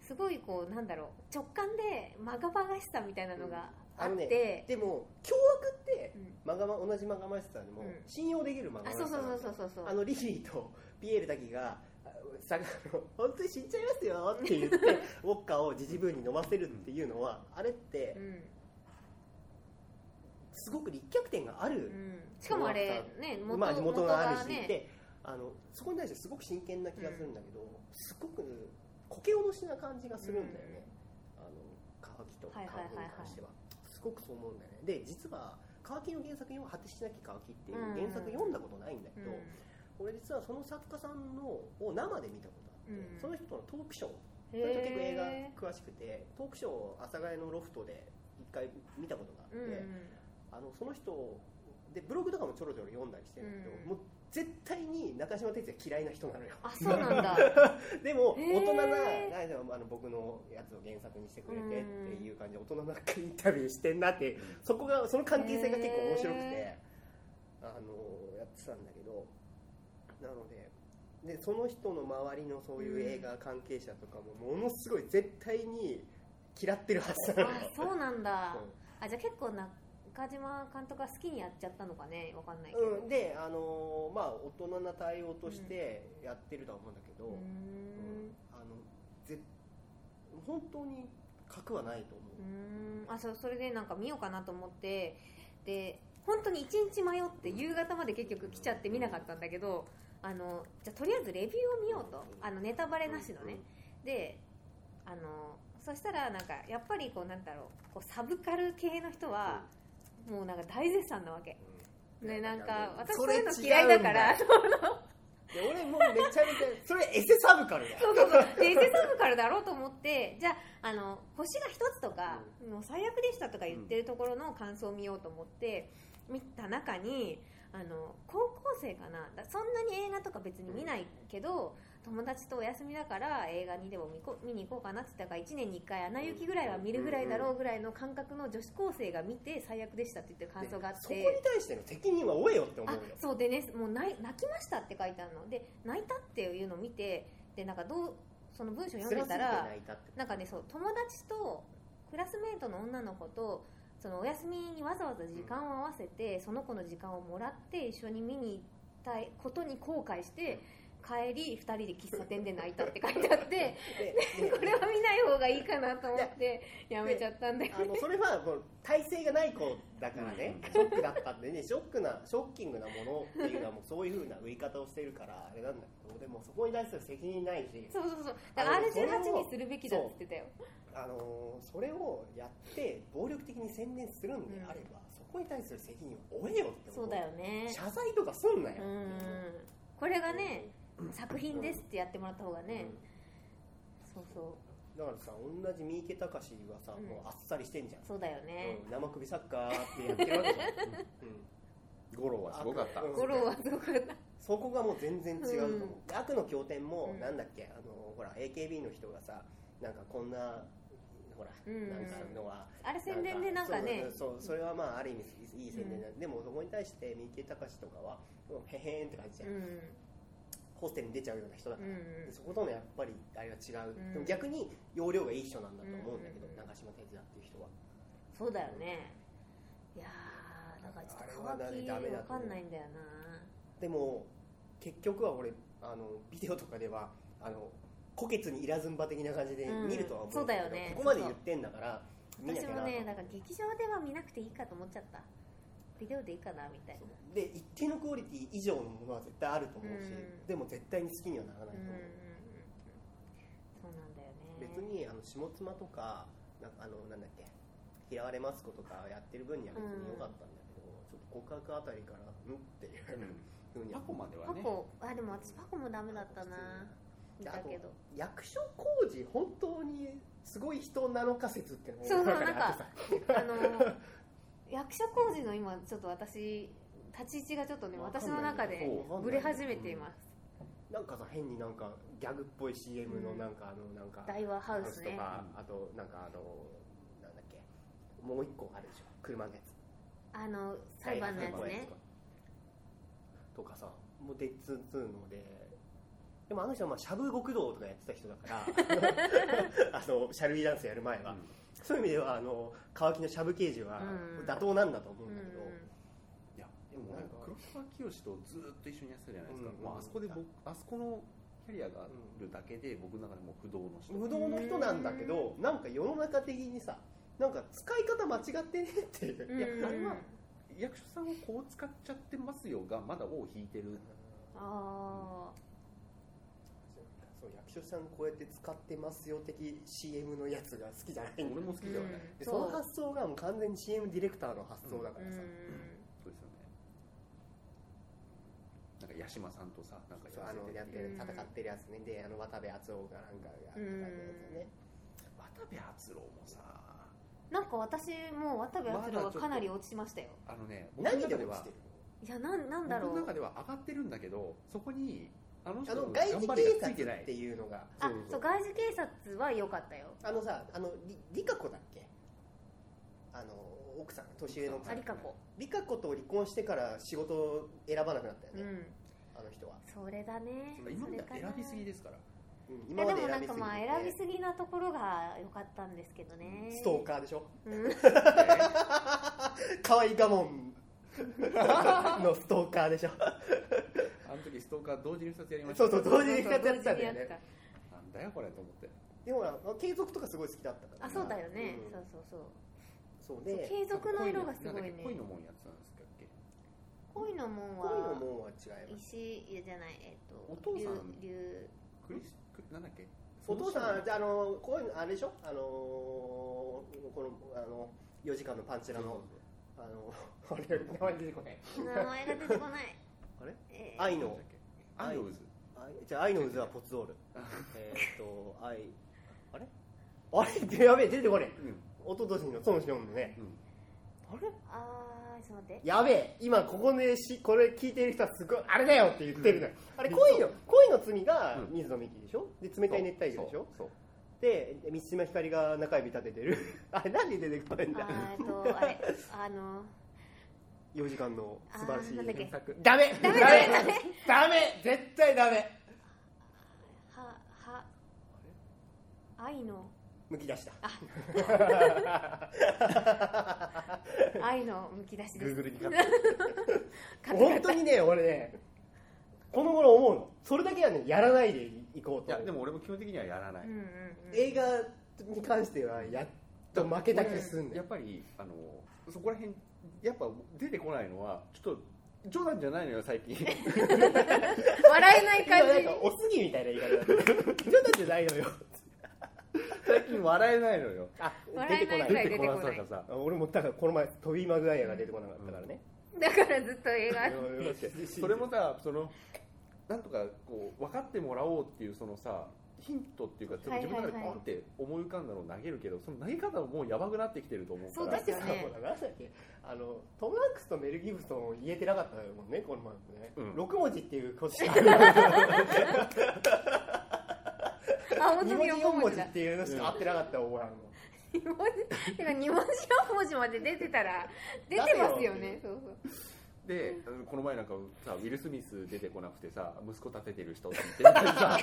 S2: すごいこうなんだろう直感でまがまがしさみたいなのがあって、
S3: うんあのでも凶悪って
S2: うん
S3: マガマ同じマガマシさんにも
S2: うん
S3: 信用できるマガマ
S2: あ
S3: シ
S2: そ
S3: さ
S2: うそう
S3: なんだ
S2: そう
S3: よ
S2: そうそう
S3: あのリリーとピエールだけがあさあの本当に死んじゃいますよっ て言ってウォッカをジジブーに飲ませるっていうのはあれって
S2: うん
S3: すごく立脚点があ
S2: う
S3: る、
S2: ん、しかもあれね元,、
S3: まあ、元のあるし
S2: ね
S3: で、あのそこに対してすごく真剣な気がするんだけど、すごく苔け落としな感じがするんだよね、あの乾きと乾きに関しては,、すごくそう思うんだよねで実は乾きの原作読む「果てしなき乾き」っていう原作読んだことないんだけ
S2: う
S3: ど、
S2: ん、
S3: 俺実はその作家さんのを生で見たことあって、
S2: うん
S3: その人とのトークショーそ
S2: へ
S3: れと結構映
S2: え
S3: 画詳しくてトークショーを阿佐ヶ谷のロフトで一回見たことがあって、
S2: うん
S3: あのその人でブログとかもちょろちょろ読んだりしてるんだけど、
S2: うん
S3: もう絶対に中島哲也嫌いな人 なのよ
S2: あそうなんだ
S3: でも
S2: へー
S3: 大人なあのあの僕のやつを原作にしてくれてっていう感じで大人なインタビューしてんなってそこがその関係性が結構面白くて
S2: へ、
S3: あのやってたんだけどなのででその人の周りのそういう映画関係者とかもものすごい絶対に嫌ってるは ずなのよ
S2: あそうなんだ
S3: うん
S2: あじゃあ結構中島監督が好きにやっちゃったのかねわかんないけど、
S3: うん、で、あのーまあ、大人な対応としてやってるとは思うんだけど、
S2: うー
S3: うん
S2: ん
S3: あのぜ本当に核はないと思
S2: う
S3: う、
S2: ーんあそうそれでなんか見ようかなと思ってで本当に一日迷って夕方まで結局来ちゃって見なかったんだけどあのじゃあとりあえずレビューを見ようとあのネタバレなしのね、であのそしたらなんかやっぱりこうなんだろうこうサブカル系の人はもうなんか大絶賛なわけ、
S3: うん
S2: ねなん
S3: いや
S2: か
S3: いや
S2: 私
S3: そ
S2: そう
S3: れ
S2: いうの嫌いだから
S3: 違
S2: そう
S3: で俺もうめちゃめちゃそれエセサブカルだよ
S2: そうそうそうでエセサブからだろうと思ってじゃああの星が一つとか、もう最悪でしたとか言ってるところの感想を見ようと思って見た中にあの高校生かなだそんなに映画とか別に見ないけど、友達とお休みだから映画にでも見こ見に行こうかなって言ったから1年に1回「アナ雪」ぐらいは見るぐらいだろうぐらいの感覚の女子高生が見て最悪でしたって言ってる感想があって。
S3: そこに対しての責任は負えよって思う
S2: あ
S3: よ
S2: そうでねもう泣い泣きましたって書いてあるので泣いたっていうのを見てでなんかどうその文章読んでた
S3: 辛すぎ
S2: ら
S3: て泣いたって
S2: なんかねそう友達とクラスメートの女の子とそのお休みにわざわざ時間を合わせて、その子の時間をもらって一緒に見に行ったことに後悔して帰り2人で喫茶店で泣いたって書いてあって
S3: で
S2: これは見ない方がいいかなと思ってやめちゃったんだよ
S3: あのそれはこの体制がない子だからね、ショックだったんでね、ショックな、ショッキングなものっていうのは、もうそういうふうな売り方をしてるから、あれなんだけど、でもそこに対する責任ないし、
S2: そうそうそうだから
S3: あのそれを
S2: R18 にするべきだって言ってたよ
S3: あのーそれをやって、暴力的に宣伝するんであれば、そこに対する責任を負えよって思
S2: そうだよね
S3: 謝罪とかすんなよ。
S2: うんこれがね、作品ですってやってもらった方がね、そうそう
S3: だからさ、同じ三池隆はさ、
S2: うん
S3: もうあっさりしてんじゃん。
S2: そうだよね、
S3: うん生首サッカーってやってるわ けじゃん。うん
S1: 五郎はすごかった
S3: あうん
S2: ゴロはすごかった
S3: そこがもう全然違うと思う、
S2: うん
S3: 悪の経典も
S2: うん
S3: なんだっけ、あのほら AKB の人がさなんかこんなほら、
S2: うん
S3: なんかのは
S2: あれ宣伝でなんかね
S3: そうそうそうそれはまあある意味いい宣伝だ、でもそこに対して三池隆とかはもうへへーんって感じじ
S2: う
S3: ゃ
S2: ん
S3: ん、ホステルに出ちゃうような人だか
S2: う
S3: ら、
S2: ん
S3: でそことのやっぱりあれは違う、
S2: うん
S3: でも逆に容量がいい人なんだと思うんだけど、
S2: うん
S3: 長島哲也っていう人は
S2: そうだよねいやーだからちょっと
S3: あれはね
S2: 乾き
S3: ダメだ
S2: わ
S3: と
S2: か
S3: 思うん
S2: ないんだよな
S3: でも結局は俺あのビデオとかではあの虎穴にいらずんば的な感じで
S2: うん
S3: 見るとは思
S2: そうう
S3: け
S2: だ
S3: ど
S2: よね
S3: ここまで言ってんだから見なき
S2: 私
S3: ゃな
S2: も
S3: と
S2: ねだから劇場では見なくていいかと思っちゃったビデオでいいかなみたいな
S3: で一定のクオリティ以上のものは絶対あると思うし、
S2: うん
S3: でも絶対に好きにはならな
S2: うん
S3: いと
S2: うん
S3: 思
S2: うん
S3: う
S2: うん、そうなんだよね
S3: 別にあの下妻とかなんかあのなんだっけ嫌われますことかやってる分には別に良かったんだけど、ちょっと告白あたりからうんっていうふうに
S1: タ
S3: は
S1: コまでは
S2: パ
S1: ね
S2: コあでも私パコもダメだったな見
S3: で
S2: た
S3: あと
S2: けど
S3: 役所工事本当にすごい人なのか説っていうのも
S2: そうそう
S3: 中にあってさ
S2: あの役所工事の今ちょっと私立ち位置がちょっとね
S3: わかん
S2: 私
S3: ない
S2: の中で
S3: そう
S2: ブレ始めています
S3: なんかさ変になんかギャグっぽい CM のなんかあのなんか
S2: 大和ハ
S3: ハ
S2: ウ
S3: ウ
S2: ス
S3: スと
S2: ね
S3: かあとなんかあのなんだっけもう一個あるでしょ車のやつ
S2: あの裁判のやつ
S3: 大和ハウス
S2: ね
S3: とかとかさもうでツンツンのででもあの人はまあしゃぶ極道とかやってた人だか らあのシャルビーダンスやる前は、
S1: うん
S3: そういう意味ではあの川木のしゃぶ刑事は
S2: うん
S3: 妥当なんだと思
S2: う
S3: うんだけど、
S2: ん
S1: いやでもなんか黒沢清とずーっと一緒にやってたじゃないですか、
S3: うん
S1: もうあそこで僕あそこのキャリアがあるだけで僕の中でもう不動の人
S3: 無能の人なんだけどなんか世の中的にさなんか使い方間違ってねっていう、
S2: うん
S3: いや
S1: あれは役所さんをこう使っちゃってますよがまだ尾を引いてる
S2: あ
S3: そう役所さんこうやって使ってますよ的 CM のやつが好きじゃないんだ
S1: 俺も好きではない、
S2: うん
S3: で
S2: そ
S3: その発想がもう完全に CM ディレクターの発想だ
S2: あ
S3: か
S2: う
S3: らさ、
S2: ん
S1: そうですよねなんか八嶋さんとさなんか
S3: そうあのや
S1: や
S3: っ
S1: ってて
S3: る戦ってるやつねであの渡部篤郎がなんかやってたやつね、
S1: 渡部篤郎もさ
S2: なんか私もう渡部篤郎はかなり落ちましたよ
S1: あのね
S3: 何で
S1: 僕の中
S3: 落
S1: は
S3: ち
S1: い
S3: てる
S2: いやなんなんだろ
S1: 僕の中
S2: う
S1: では上がってるんだけどそこにあの
S3: あ
S1: 人
S3: の
S1: の
S3: 外
S1: 頑
S3: 事
S1: 張りがつい
S3: 警
S1: て
S3: 察
S1: な
S3: って
S1: い
S3: いうのが
S1: そ
S2: あ
S1: うそう
S2: そう外事警察は良かったよ
S3: あのさあのりリカ子だっけあの奥さん年上の
S1: 奥
S2: あ
S1: さん
S2: りかこ
S3: リカ子と離婚してから仕事を選ばなくなったよ
S2: う
S3: ね、
S2: ん
S3: あの人は、
S2: それだね
S1: 今までは
S2: それかな
S1: 選びすぎですから
S3: うん
S2: いやでもなん
S3: て
S2: かまあ選びすぎなところが良かったんですけどね
S3: ストーカーでしょ
S2: うん
S3: 可愛いガモ ンのストーカーでしょ
S1: あの時ストーカー同時に2つやりました
S3: そうそう同
S2: そう
S3: 時
S2: そう
S3: に
S2: 同
S3: 2つやってたん
S2: 時
S3: だ
S2: にや
S3: よ
S2: っ
S3: ね
S2: て
S1: なんだよこれと思って
S3: でもほら継続とかすごい好きだったか
S2: た
S3: ら
S2: あそうだよね、
S3: うん
S2: そうそうそう
S3: そうで
S2: 継続の色がすごい
S1: なんだっけ恋
S2: ね
S1: のもんやってたんですっけ
S2: 恋の門
S3: 恋の
S2: は
S3: 門は違います
S2: 石いやじゃないえっと
S1: お父さん
S2: 竜竜
S1: クリスクなんだっけ
S3: お父さん
S1: ゃ
S3: あのこういうのあれでしょあのーこのあの4時間のパンチラのあの あれ名前出てこない
S2: 名前が出てこない
S3: あれ
S2: えー
S3: 愛
S1: なん
S3: の
S1: だっけアンドウズ
S3: あじゃあ愛の渦はポツド ールえーっと愛あれあれやべえ出てこねえ
S1: うんうん
S3: 一昨年の孫子ンのねあれ
S2: あーちょっと待って
S3: やべえ今ここでしこれ聞いてる人はすごいあれだよって言ってるのよあれ恋の恋の罪が
S1: うん
S3: 水野美紀でしょで冷たい熱帯魚でしょ
S1: そう
S3: で三島ひかりが中指立ててる あれなんで出てこないんだ
S2: あーえっと あれあの
S3: 4時間の素晴らし
S2: あーなんだっけ
S3: い
S1: 検索
S3: ダメダメダメダメ絶対ダメ
S2: はは愛の
S3: むき出した
S2: 愛のむき出し
S3: グ
S2: で
S3: ー
S2: す
S3: グルに勝った
S2: 勝手
S3: 本当にね俺ねこの頃思うのそれだけはねやらないでいこう
S1: い
S3: と
S1: や
S3: 思う
S1: でも俺も基本的にはやらない
S2: うんうんうん
S3: 映画に関してはやっと負けた気すんね
S1: やっぱりあのそこら辺やっぱ出てこないのはちょっと冗談じゃないのよ最近
S2: 笑えない
S3: 今な
S2: 感
S3: ん
S2: じ
S3: かおすぎみたいな言い方だった冗談じゃないのよ
S1: 最近 笑えないのよ
S3: あ
S2: 笑えないくらい出てこない
S1: 出ささ
S3: あ俺もだからこの前トビー・マグダイアが出てこなかったからね、
S2: だからずっと映画
S3: あの
S1: だってそれもさそのなんとかこう分かってもらおうっていうそのさヒントっていうかちょっと自分の中でポンって思い浮かんだのを投げるけどその投げ方ももうやばくなってきてると思うから
S2: そう
S3: だ
S2: で
S3: っ
S2: す
S3: て
S2: よ
S3: さ、
S2: ね
S3: ほらなんだっけあのトム・ハンクスとメル・ギブソン言えてなかったもんねこの前もね、
S1: うん
S3: 6文字っていうこっち
S2: あ本当
S3: 2
S2: に
S3: 文字
S2: 4
S3: 4
S2: 文字
S3: 文字
S2: だ
S3: っていうのしか合ってなかった覚えあるの
S2: 二文字てか2文字4文字まで出てたら出てますよねそうそう
S1: でこの前なんかさウィル・スミス出てこなくてさ息子立ててる人って言ってるけどさ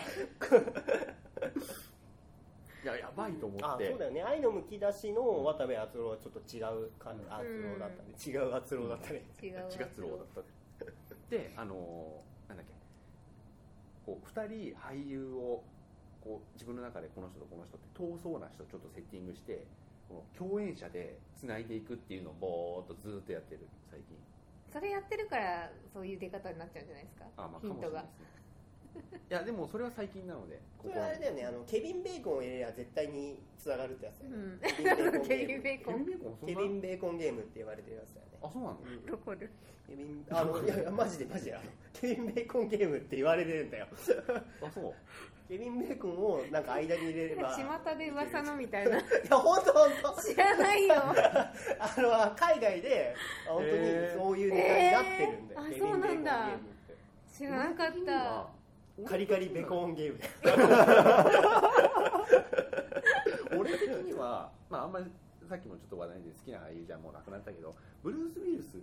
S1: いややばいと思
S3: あ
S1: って
S3: そうだよね愛のむき出しの渡部篤郎はちょっと違う感じ篤郎だったね、違う篤郎だったね、
S2: 違うわ
S1: 違うつろうだったであのーなんだっけこう2人俳優をこう自分の中でこの人とこの人って遠そうな人をちょっとセッティングしてこの共演者でつないでいくっていうのをぼーっとずーっとやってる最近
S2: それやってるからそういう出方になっちゃうんじゃないですか
S1: あまあか
S2: ヒン
S1: もしれ
S2: ト
S1: ないで
S2: が
S1: すねいやでもそれは最近なので
S3: それはあれだよねあのケビン・ベーコンを入れれば絶対につながるってやつだよね、
S2: うんケビン・ベーコ
S1: ケビン
S2: ン
S1: ベーコンそん
S3: ケ
S1: な
S3: ビン・ベーコンゲームって言われてるやつだよね
S1: あそうなんだ
S2: どこで
S3: ケビンあのいやいやマジでマジであの ケビン・ベーコンゲームって言われてるんだよ
S1: あそう
S3: ケビン・ベーコンをなんか間に入れれ ば
S2: 巷で噂のみたいな
S3: いや本当本当
S2: 知らないよ
S3: あの海外であ本当に
S1: えー
S3: そういうネタになってるんだよ、
S2: えーあ
S3: ケビン・ベ
S2: そう
S3: ーコンゲ
S2: なんだ
S3: ームって
S2: 知らなかった
S3: カリカリベコンゲー ム だよ
S1: 俺的には、まあ、あんまりさっきもちょっと話題で好きな俳優じゃもうなくなったけどブルース・ウィルス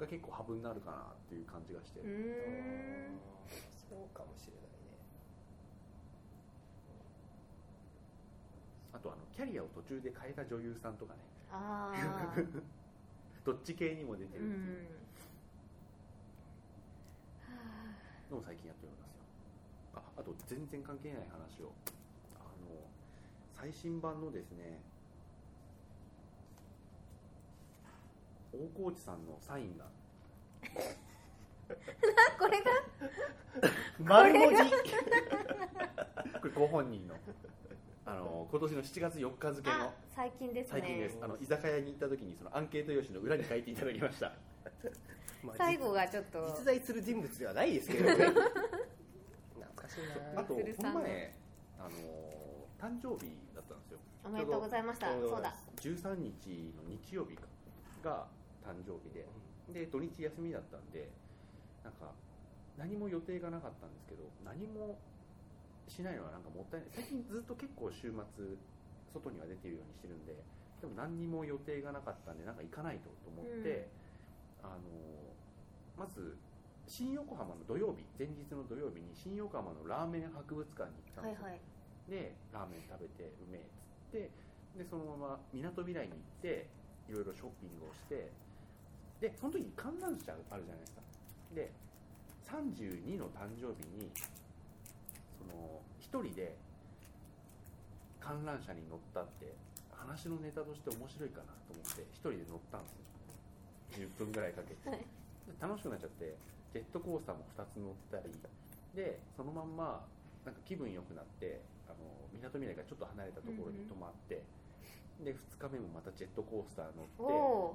S1: が結構ハブになるかなっていう感じがして、
S2: うーん
S3: そうかもしれないね
S1: あとあのキャリアを途中で変えた女優さんとかね
S2: ああー
S1: どっち系にも出てるって
S2: う
S1: いう、
S2: んは
S1: のも最近やっておりますよああと全然関係ない話をあの最新版のですね大河内さんのサインが
S2: あこれが
S3: 丸文字
S1: これご本人 のあの今年の7月4日付の
S2: あ最近ですね
S1: 最近です、あの居酒屋に行った時にそのアンケート用紙の裏に書いていただきました
S3: まあ
S2: 最後がちょっと
S3: 実在する人物ではないですけ どね懐かしい
S1: あ
S3: な
S1: とこ
S2: 鶴さ
S1: の
S2: んの
S1: 前あの誕生日だったんですよ
S2: おめでとうございました
S3: ちょうど
S2: そうだ
S1: 13日の日曜日かが誕生日でで土日休みだったんでなんか何も予定がなかったんですけど何もしないのはなんかもったいない最近ずっと結構週末外には出てるようにしてるんででも何にも予定がなかったんでなんか行かないとと思って、あのまず新横浜の土曜日前日の土曜日に新横浜のラーメン博物館に行ったん
S2: は
S1: で
S2: い
S1: すよ、
S2: はい
S1: でラーメン食べてうめえっつってでそのままみなとみらいに行っていろいろショッピングをしてでその時に観覧車あるじゃないですかで32の誕生日にその1人で観覧車に乗ったって話のネタとして面白いかなと思って1人で乗ったんですよ10分ぐらいかけて、
S2: はい
S1: で楽しくなっちゃってジェットコースターも2つ乗ったりでそのまんまなんか気分良くなってあの港未来からちょっと離れたところに泊まって、で2日目もまたジェットコースター乗
S2: お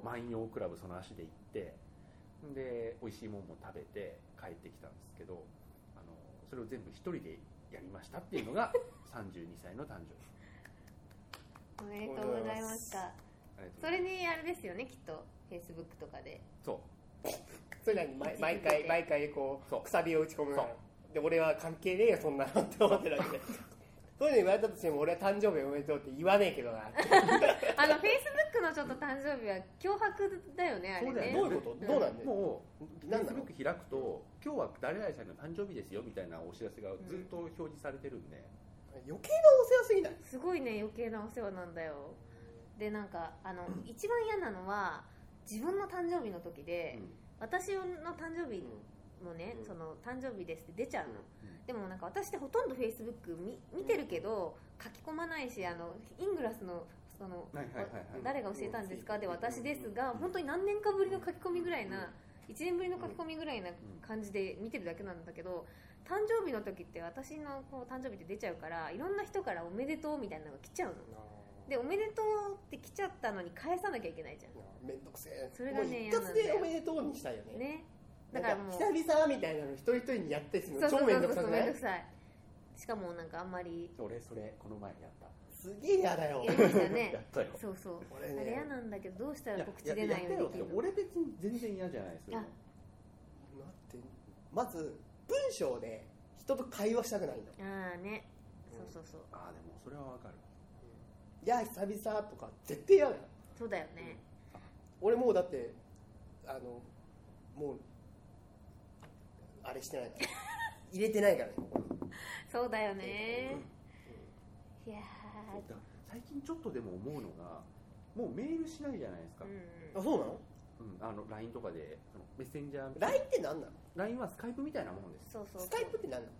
S1: っ
S2: ー
S1: て万葉クラブその足で行ってで美味しいもんも食べて帰ってきたんですけどあのそれを全部1人でやりましたっていうの が32歳の誕生日
S2: おめでとうございました
S1: ありがとうござ
S2: そ
S1: い
S2: れ
S1: ます
S2: にあれですよねきっとフェイスブックとかで
S1: そ
S3: それなりに毎毎回毎回こ
S1: そう
S3: うくさびを打ち込むの
S1: そ
S3: で俺は関係ねえよそんなのって思ってるわ けでそういうの言われたとしても俺は誕生日おめでとうって言わねえけどなって
S2: あのフェイスブックのちょっと誕生日は脅迫だよねあれ
S1: そうだ
S2: ね
S1: よ
S3: ど
S1: ね
S3: ういうこと
S2: うん
S3: どうな
S1: うん
S3: だよ
S1: もう
S3: なんな
S1: Facebook
S3: の
S1: 開くと今日は誰々さんの誕生日ですよみたいなお知らせがずっと表示されてるんで、
S3: 余計なお世話すぎない
S2: すごいね余計なお世話なんだよでなんかあの一番嫌なのは自分の誕生日の時で、
S1: うん
S2: 私の誕生日もね、
S3: うん
S2: その誕生日ですって出ちゃうの、
S1: ん
S2: でもなんか私ってほとんどフェイスブック見見てるけど、書き込まないしあのイングラスのその、
S1: はいはいはいはい
S2: 誰が教えたんですか、
S3: うん
S2: で私ですが、
S1: うん
S2: 本当に何年かぶりの書き込みぐらいな、1年ぶりの書き込みぐらいな
S1: うん
S2: 感じで見てるだけなんだけど誕生日の時って私のこう誕生日って出ちゃうからいろんな人から「おめでとう」みたいなのが来ちゃうので「おめでとう」って来ちゃったのに返さなきゃいけないじゃ
S3: めんどくせえ
S2: それがね
S3: もう一
S2: 嫌なん
S3: 括
S2: だよ
S3: でおめでとうにしたいよ
S2: ん
S3: ね
S2: ね
S3: な
S2: だか
S3: ん
S2: らもう
S3: 久々みたいなの一人一人にやってするの超めんどくさく
S2: め
S3: なん
S2: ど
S3: い
S2: くさいしかもなんかあんまり
S1: 俺それこの前やった
S3: すげえ嫌だよ
S2: やりましたよ
S1: やっ
S2: ね
S1: たよ
S2: そうそう
S3: こ
S2: あ
S3: れ
S2: れ
S3: ね
S2: 嫌なんだけどどうした
S1: い
S2: ら
S1: や
S2: 告知出ないようにでき
S1: やや
S2: る
S1: ったよって
S2: の
S1: 俺別に全然嫌じゃないですよ
S2: あ
S3: 待ってまず文章で人と会話したくないの
S2: ああねそうそうそう
S1: ああでもそれはわかる
S3: いや久々とか絶対嫌だよ
S2: そうだよね
S3: 俺もうだってあのもうあれしてない から入れてないからね
S2: そうだよねいや
S1: そうだ最近ちょっとでも思うのがもうメールしないじゃないですか、
S2: ー
S1: う
S2: うんん
S3: あそうなの
S1: あの LINE とかであのメッセンジャー
S3: LINE って何なの
S1: LINE はスカイプみたいなもんです
S2: そうそうそう
S3: スカイプって何なの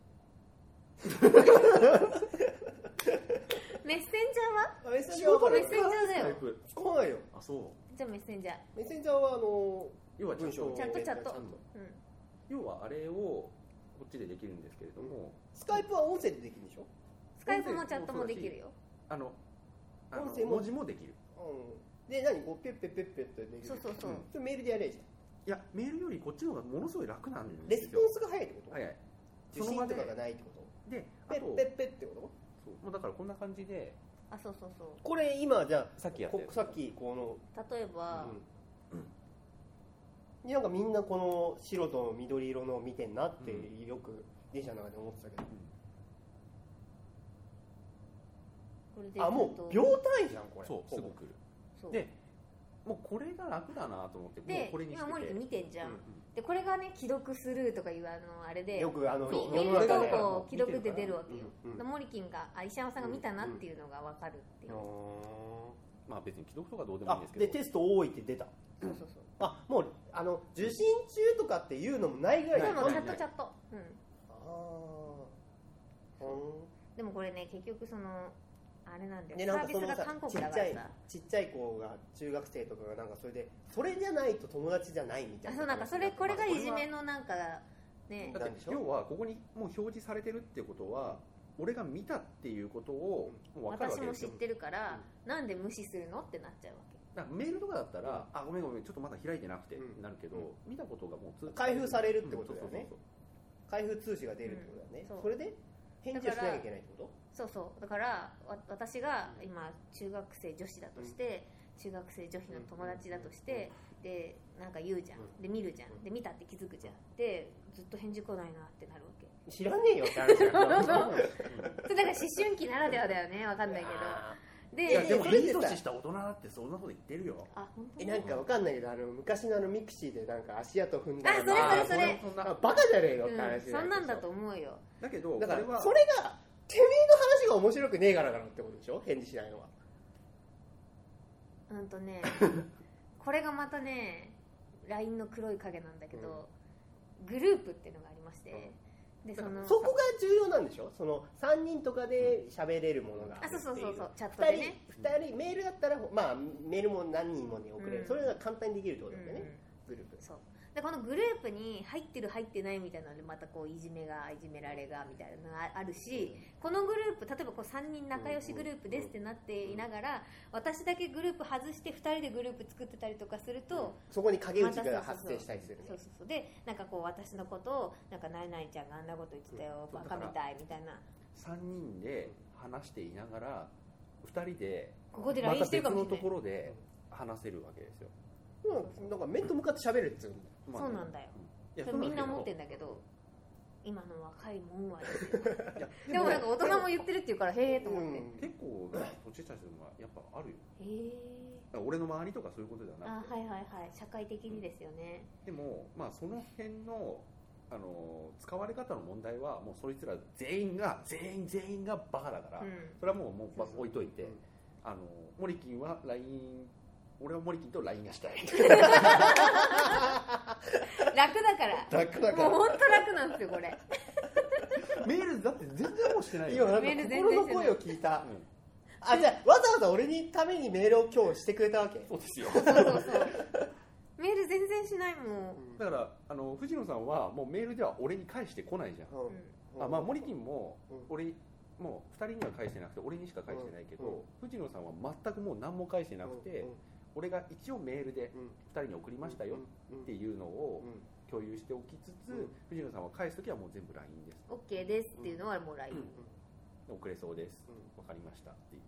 S2: メッセンジャーは
S3: あメッセンジ
S1: 仕
S3: ャーは
S1: 事
S3: こ
S2: メ
S3: れ
S2: ッセンジャーだ
S1: タイ
S2: よ
S1: プ
S3: 使わないよ
S1: あそ
S2: じゃあメッセンジャー
S3: メッセンジャーはあの
S1: う要はちゃん
S3: 文章
S1: と
S3: を
S2: ちゃんとちゃんと
S3: ちゃんと
S2: うん
S1: 要はあれをこっちでできるんですけれども、
S3: スカイプは音声でできるでしょ
S2: スカイプもチャットもできるよ
S1: あのあの
S3: 音声も
S1: 文字もできる
S3: うんで何こうペッペッペッペッってできる
S2: そうそうそう、
S1: うん
S3: それメールでやれじゃ
S1: いやメールよりこっちの方がものすごい楽なん
S3: ん
S1: で
S3: レ
S1: す
S3: ス
S1: よ
S3: ポンスが早いってこと、
S1: はいはい
S3: 受
S1: その場
S3: 信
S1: で
S3: とかがないってこと
S1: であ
S3: ペ
S1: と
S3: ッペッペッってこと
S1: そうもうだからこんな感じで
S2: あそうそうそう
S3: これ今じゃあ
S1: さっきやった
S3: こ
S1: やつ
S3: さっきこの
S2: 例えば、
S3: うんなんかみんなこの白と緑色のを見てんなって
S1: う
S3: よく電車の中で思ってたけど、
S2: これで
S3: あもう秒単位じゃんこれ
S1: そうすぐ
S3: ほぼ
S1: 来る
S2: そう
S1: でもうこれが楽だなと思ってもう
S2: で
S1: これにしてて
S2: 今モニター見てんじゃん、
S1: うん
S2: でこれがね既読スルーとかいうあのあれで
S3: よくあの
S1: そ
S2: み
S1: う
S3: 世
S2: メ
S3: の
S2: ール
S3: 中
S2: 投
S3: で
S2: 稿既読で出るわけよ、
S3: うんうん
S2: でモリキンがあ石山さんが見たなっていうのが分かるっていう、
S1: まあ別に既読とかどうでもいいん
S3: あ
S1: ですけど
S3: でテスト多いって出た
S2: そうそうそう
S3: あもうあの受信中とかっていうのもないぐらい
S2: で
S1: な
S2: も
S1: い
S2: チャ
S1: な
S2: ッ
S1: い
S2: トチャット、うん、
S3: あーほ
S2: でもこれね結局そのあれなんだ
S3: んで
S2: よ
S3: な
S2: サー
S3: んか
S2: ビ
S3: そ
S2: ス
S3: の
S2: が
S3: さ
S2: 韓国
S3: ち
S2: だ
S3: っ
S2: か
S3: ちゃ
S2: ら
S3: い
S2: さ
S3: ちっちゃい子が中学生とかがなんかそれでそれじゃないと友達じゃないみたい
S2: あ
S3: な
S2: そうなんかそれこれがいじめ
S3: の
S2: のなんかね
S1: だって要はここにもう表示されてるってことは俺が見たっていうことをもう分かるわ
S2: 私
S1: けで
S2: も
S1: す
S2: 知っ
S1: よ
S2: てるから、なんで無視するのってなっちゃうわけ
S1: だからメールとかだったらあごめんごめんちょっとまだ開いてなくて
S3: うん
S1: なるけど、見たことがもう通知
S3: 開封されるってことだよね
S1: うんそうそう
S3: 開封通知が出るってことだよね、
S2: うんそう
S3: それで返事をしなきゃいけないってこ
S2: そうそうだからわ私が今中学生女子だとして、中学生女子の友達だとして、でなんか言うじゃん、
S3: う
S2: で見るじゃん、
S3: うん
S2: で見たって気づくじゃんでずっと返事来ないなってなるわけ
S3: と知らねえよって話だよ
S2: それだから思春期ならではだよねわかんないけど
S1: いや
S2: で
S1: でも
S3: それで
S1: いい
S3: さ
S1: 年した大人だってそんなこと言ってるよ
S2: あ本当
S3: え
S2: に
S3: なんかわかんないけどあの昔のあのミクシーでなんか足跡踏んだ
S2: あそれ
S3: まあ
S2: それそれ
S1: んな
S3: あバカじゃねえよって話
S2: うん、そんなんだと
S3: 思
S2: 思うよ
S1: だけど
S3: だから
S1: これは
S3: それがてめえの話が面白くねえからだろってことでしょ返事しないのは
S2: うんとねこれがまたね LINE の黒い影なんだけど、グループっていうのがありまして、でその
S3: そこが重要なんでしょその3人とかで喋れるものが
S2: あそうそうそうそうチャット
S3: 2
S2: で
S3: 人
S2: ね
S3: 二人メールだったらまあメールも何人もに送れる、
S2: うん
S3: それが簡単にできるってことだよ
S2: うん
S3: ね、グループ
S2: そうでこのグループに入ってる入ってないみたいなのでまたこういじめがいじめられがみたいなのがあるしこのグループ例えばこう3人仲良しグループですってなっていながら私だけグループ外して2人でグループ作ってたりとかすると。
S3: そこに影
S2: ま
S3: 打ち
S2: た
S3: が発生したりするね
S2: そうそうそうでなんかこう私のことをなんかないないちゃんがあんなこと言ってたよ、
S1: うん
S2: バカみたいみたいな
S1: 3人で話していながら2人で
S2: ここで
S1: ま
S2: LINE
S1: た
S2: してる
S1: 別
S2: かも
S1: の
S2: しれ
S1: と
S2: ない、
S1: ころで話せるわけですよ、
S3: うんなんか面と向かって喋るっつうんだ
S1: まあ
S2: そうなんだよ
S1: いや
S2: そ
S1: そう
S2: れみ
S1: だけど
S2: んな思ってんだけど今の若いもんはです よ
S1: いや
S2: でもなんか大人も言ってるっていうからへえと思って、へ
S1: 結構な年下たちでもやっぱあるよ
S2: え
S1: だから俺の周りとかそういうことではな
S2: あ
S1: くて
S2: はいはいはい社会的にですよね、
S1: でも、まあ、その辺のあの使われ方の問題はもうそいつら全員が全員全員がバカだから、
S2: うん
S1: それはもうもう、ま
S2: そうそう
S1: 置いといて、
S3: うん
S1: あのモリキンは LINE 俺はモリキンと LINE がしたい
S2: 楽だから
S3: 楽だか
S2: もう
S3: ら
S2: 本当楽なんですよこれ
S1: メールだって全然もうしてない
S3: 今
S1: よ、
S3: なん
S2: メー
S3: か
S2: ル全然
S3: 心の声を聞いた
S1: うん
S3: あじゃあわざわざ俺にためにメールを今日してくれたわけ、
S1: そうですよ
S2: そうそうそうメール全然しないも
S1: だからあの藤野さんはもうメールでは俺に返してこないじゃん、
S2: う、
S3: う
S2: うん
S3: ん
S1: あまあ、モリキンも
S3: うん
S1: 俺もう2人には返してなくて俺にしか返してないけど、藤野さんは全くもう何も返してなくて、俺が一応メールで
S3: うんうん
S1: 2人に送りましたよ
S3: うん
S1: っていうのを
S3: うん
S1: 共有しておきつつ、
S3: うん
S1: 藤野さんは返すときはもう全部 LINE です
S2: OK ですっていうのはもう LINE、
S1: うん遅れそうです
S3: う
S1: わかりましたっていうん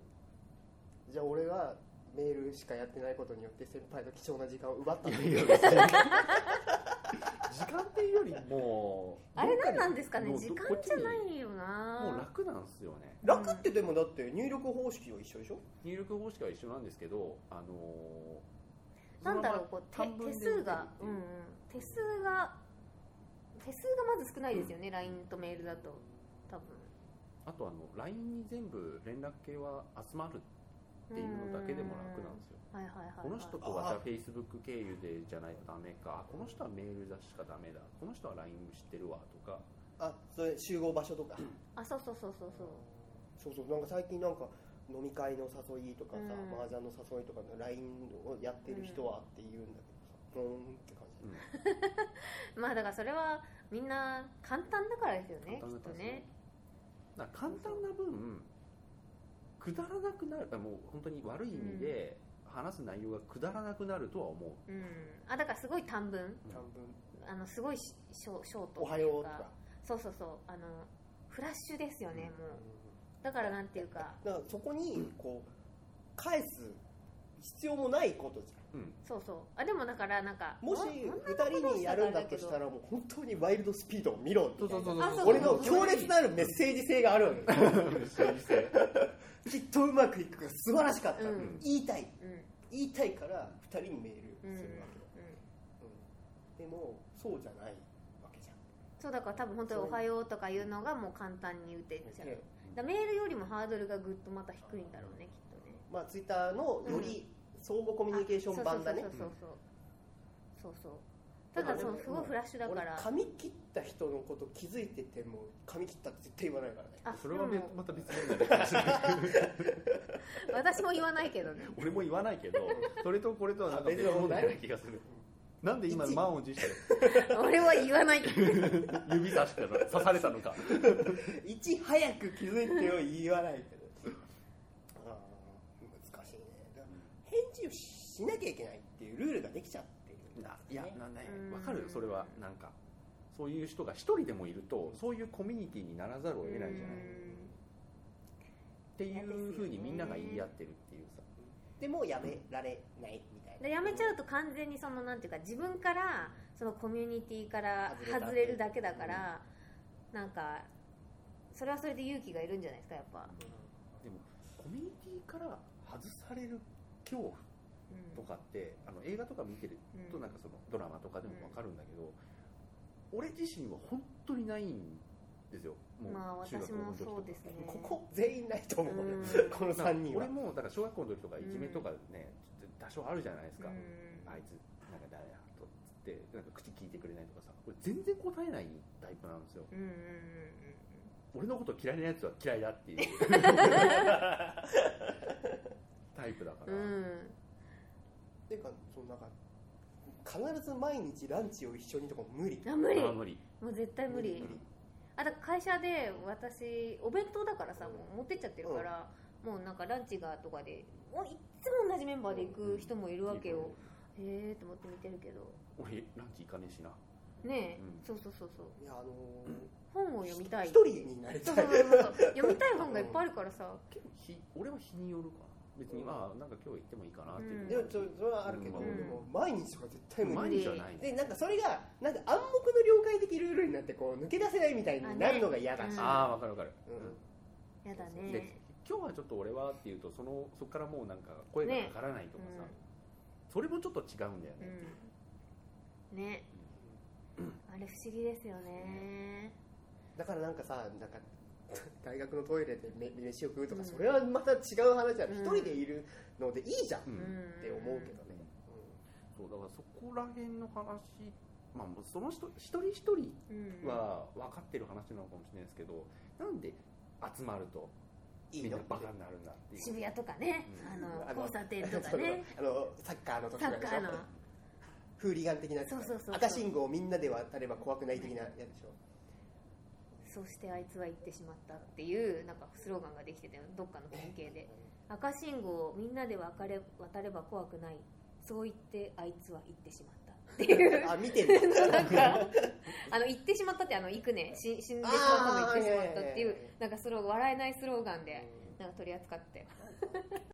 S3: じゃあ俺はメールしかやってないことによって先輩の貴重な時間を奪ったんだ
S1: いやいや別に時間っていうよりも
S2: あれ何なん
S1: どっかにもう
S2: ですかね時間
S1: こっち
S2: じゃ
S1: に
S2: ないよ
S1: もう
S2: な
S1: 楽なんですよね
S3: 楽ってでもだって入力方式は一緒でしょ
S1: 入力方式は一緒なんですけどあのー
S2: なんだろう
S1: その
S2: こう
S1: まま
S2: 手手数が、
S1: う
S2: うんんうん、手数が手数がまず少ないですよね、LINE とメールだと多分
S1: あとあの LINE に全部連絡系は集まるっていうのだけでも楽なんですよ
S2: うんはいはいはいはい、
S1: この人とはじゃあ Facebook 経由でじゃないとダメかこの人はメールだしかダメだこの人は LINE 知ってるわとか
S3: あそれ集合場所とか
S2: あそうそうそうそうそう
S3: そうそうなんか最近なんか飲み会の誘いとか
S2: う
S3: さ、
S2: ん
S3: 麻雀の誘いとかの LINE をやってる人はって言うんだけどさ、うん、って感じ、
S2: まあだからそれはみんな簡単だからですよねき
S1: 簡単だか
S2: っ
S1: らですよ
S2: とね
S1: だから簡単な分くだらなくなるもう本当に悪い意味で話す内容がくだらなくなるとは思う、
S2: うんあだからすごい短文
S1: うん
S3: 短文
S2: あのすごいしショショー
S3: 「
S2: ト
S3: おはよう」とか
S2: そうそうそうあのフラッシュですよね、
S1: う
S2: もうだからなんていうか
S3: だからそこにこう返す必要もないことじゃん
S2: そうそうあでもだからなんか
S3: もし2人にやるんだとしたらもう本当にワイルドスピードを見ろみたいな
S1: そうそう
S2: そうそう
S3: 俺の強烈 なるメッセージ性があるわけですよきっとうまくいくから素晴らしかった、
S2: うん
S3: 言いたい
S2: うんうん
S3: 言いたいから2人にメールす
S2: うん、うん
S3: るわけよ、うんでもそうじゃないわけじゃん
S2: そうだから多分本当に「おはよう」とかいうのがもう簡単に打てちゃう
S3: うん
S2: だからメールよりもハードルがぐっとまた低いんだろうねきっとね
S3: まあツイッターのより相互コミュニケーション版だね
S2: そうそうそうそうそうそうそうただそうすごいフラッシュだか
S3: 俺
S2: ら
S3: 髪切った人のこと気づいてても髪切ったって絶対言わないからね
S2: あ
S1: それは
S2: で
S1: 別
S2: も
S1: また別問題だけど
S2: 私も言わないけどね
S1: 俺も言わないけどそれとこれとはなんか別問題な気がするなんで今満を持して
S2: 俺は言わない
S1: 指さしたの刺されたのか
S3: いち早く気づいてよ言わないけどあー難しいねだから返事をしなきゃいけないっていうルールができちゃってる
S1: いやなんだ
S2: うん
S1: わかるそれはなんかそういう人が一人でもいるとそういうコミュニティにならざるを得ないじゃないっていうふうにみんなが言い合ってるっていうさ
S3: でもやめられないみたいな
S2: でやめちゃうと完全にそのなんていうか自分からそのコミュニティから外れるだけだからなんかそれはそれで勇気がいるんじゃないですかやっぱ、
S1: でもコミュニティから外される恐怖
S2: うん
S1: とかってあの映画とか見てると
S2: うん
S1: なんかそのドラマとかでも分かるんだけど、俺自身は本当にないんですよも
S2: まあ
S1: う中学
S2: 私
S1: 校の
S2: も
S1: 時とか
S2: そうですね
S3: ここ全員ないと思う、
S2: うん
S3: この
S1: だから
S3: 3人は
S1: 俺もだから小学校の時とかいじめとかね、多少あるじゃないですか、
S2: うん
S1: あいつなんか誰やとっつってなんか口聞いてくれないとかさ俺全然答えないタイプなんですよ
S2: うんうんうん
S1: 俺のこと嫌いなやつは嫌いだ っていうタイプだか
S2: う
S1: ら、
S2: んうん
S3: っていうかそのなんか必ず毎日ランチを一緒にとかも無理
S2: いや無理
S1: 俺は無理
S2: もう絶対無理、あだから会社で私お弁当だからさもう持ってっちゃってるから、もうなんかランチがとかでもういっつも同じメンバーで行く人もいるわけよ、へえと思って見てるけど
S1: 俺ランチ行かねえしな
S2: ねえ、
S1: うん
S2: そうそうそうそう
S3: いやあの
S2: 本を読みたい
S3: ー一
S2: そう
S3: 人になり
S2: そ
S3: た
S2: う
S3: い
S2: そうそう読みたい本がいっぱいあるからさ、
S1: 結構日俺は日によるかな別に
S3: うん
S1: まあなんか今日行ってもいいかなっていう、
S2: うん
S3: でもちょそれはあるけど、
S1: うん
S3: でも毎日とか絶対無理
S1: 毎日はない
S3: で
S1: ね
S3: なんかそれがなんか暗黙の了解的ルールになってこう抜け出せないみたいになるのが嫌だ
S2: あ
S3: し、
S2: ね
S1: ああ分かる分かる、
S2: やだ
S1: うんで
S2: ね
S1: 今日はちょっと俺はっていうとそのそこからもうなんか声がかからないとかさ、
S2: ね
S1: それもちょっと違うんだよね、
S2: うんねあれ不思議ですよね
S3: だからなんかさなんか 大学のトイレでめ飯を食うとか、
S2: うん
S3: それはまた違う話だ、
S2: うん
S3: 一人でいるのでいいじゃんっ
S1: うん
S3: て思うけどね、
S1: そうだからそこら辺の話まあもうその人一人一
S2: ど、うん
S1: 人は分かってる話なのかもしれないですけどなんで集まると
S3: い
S1: み
S3: い
S1: んな
S3: の
S1: バカになるんだっていう
S2: 渋谷とかね、
S1: うん
S2: あの交差点とか
S3: その
S2: ね
S3: あのサッカーの時
S2: サ
S3: とか
S2: ッ
S3: でし
S2: カ
S3: ょ
S2: ーの
S3: フーリガン的なやつ
S2: そうそうそうそう
S3: 赤信号をみんなで渡れば怖くない的なやつで しょ
S2: そしてあいつは行ってしまったっていうなんかスローガンができてたよどっかの県警 で赤信号をみんなで渡れ渡れば怖くないそう言ってあいつは行ってしまったっていう
S3: あ見てる
S2: なん かあの行ってしまったってあの行くねし死んでしまったの行ってしまったっていう
S3: あーはいはいはい
S2: なんかそれを笑えないスローガンでなんか取り扱ってたよ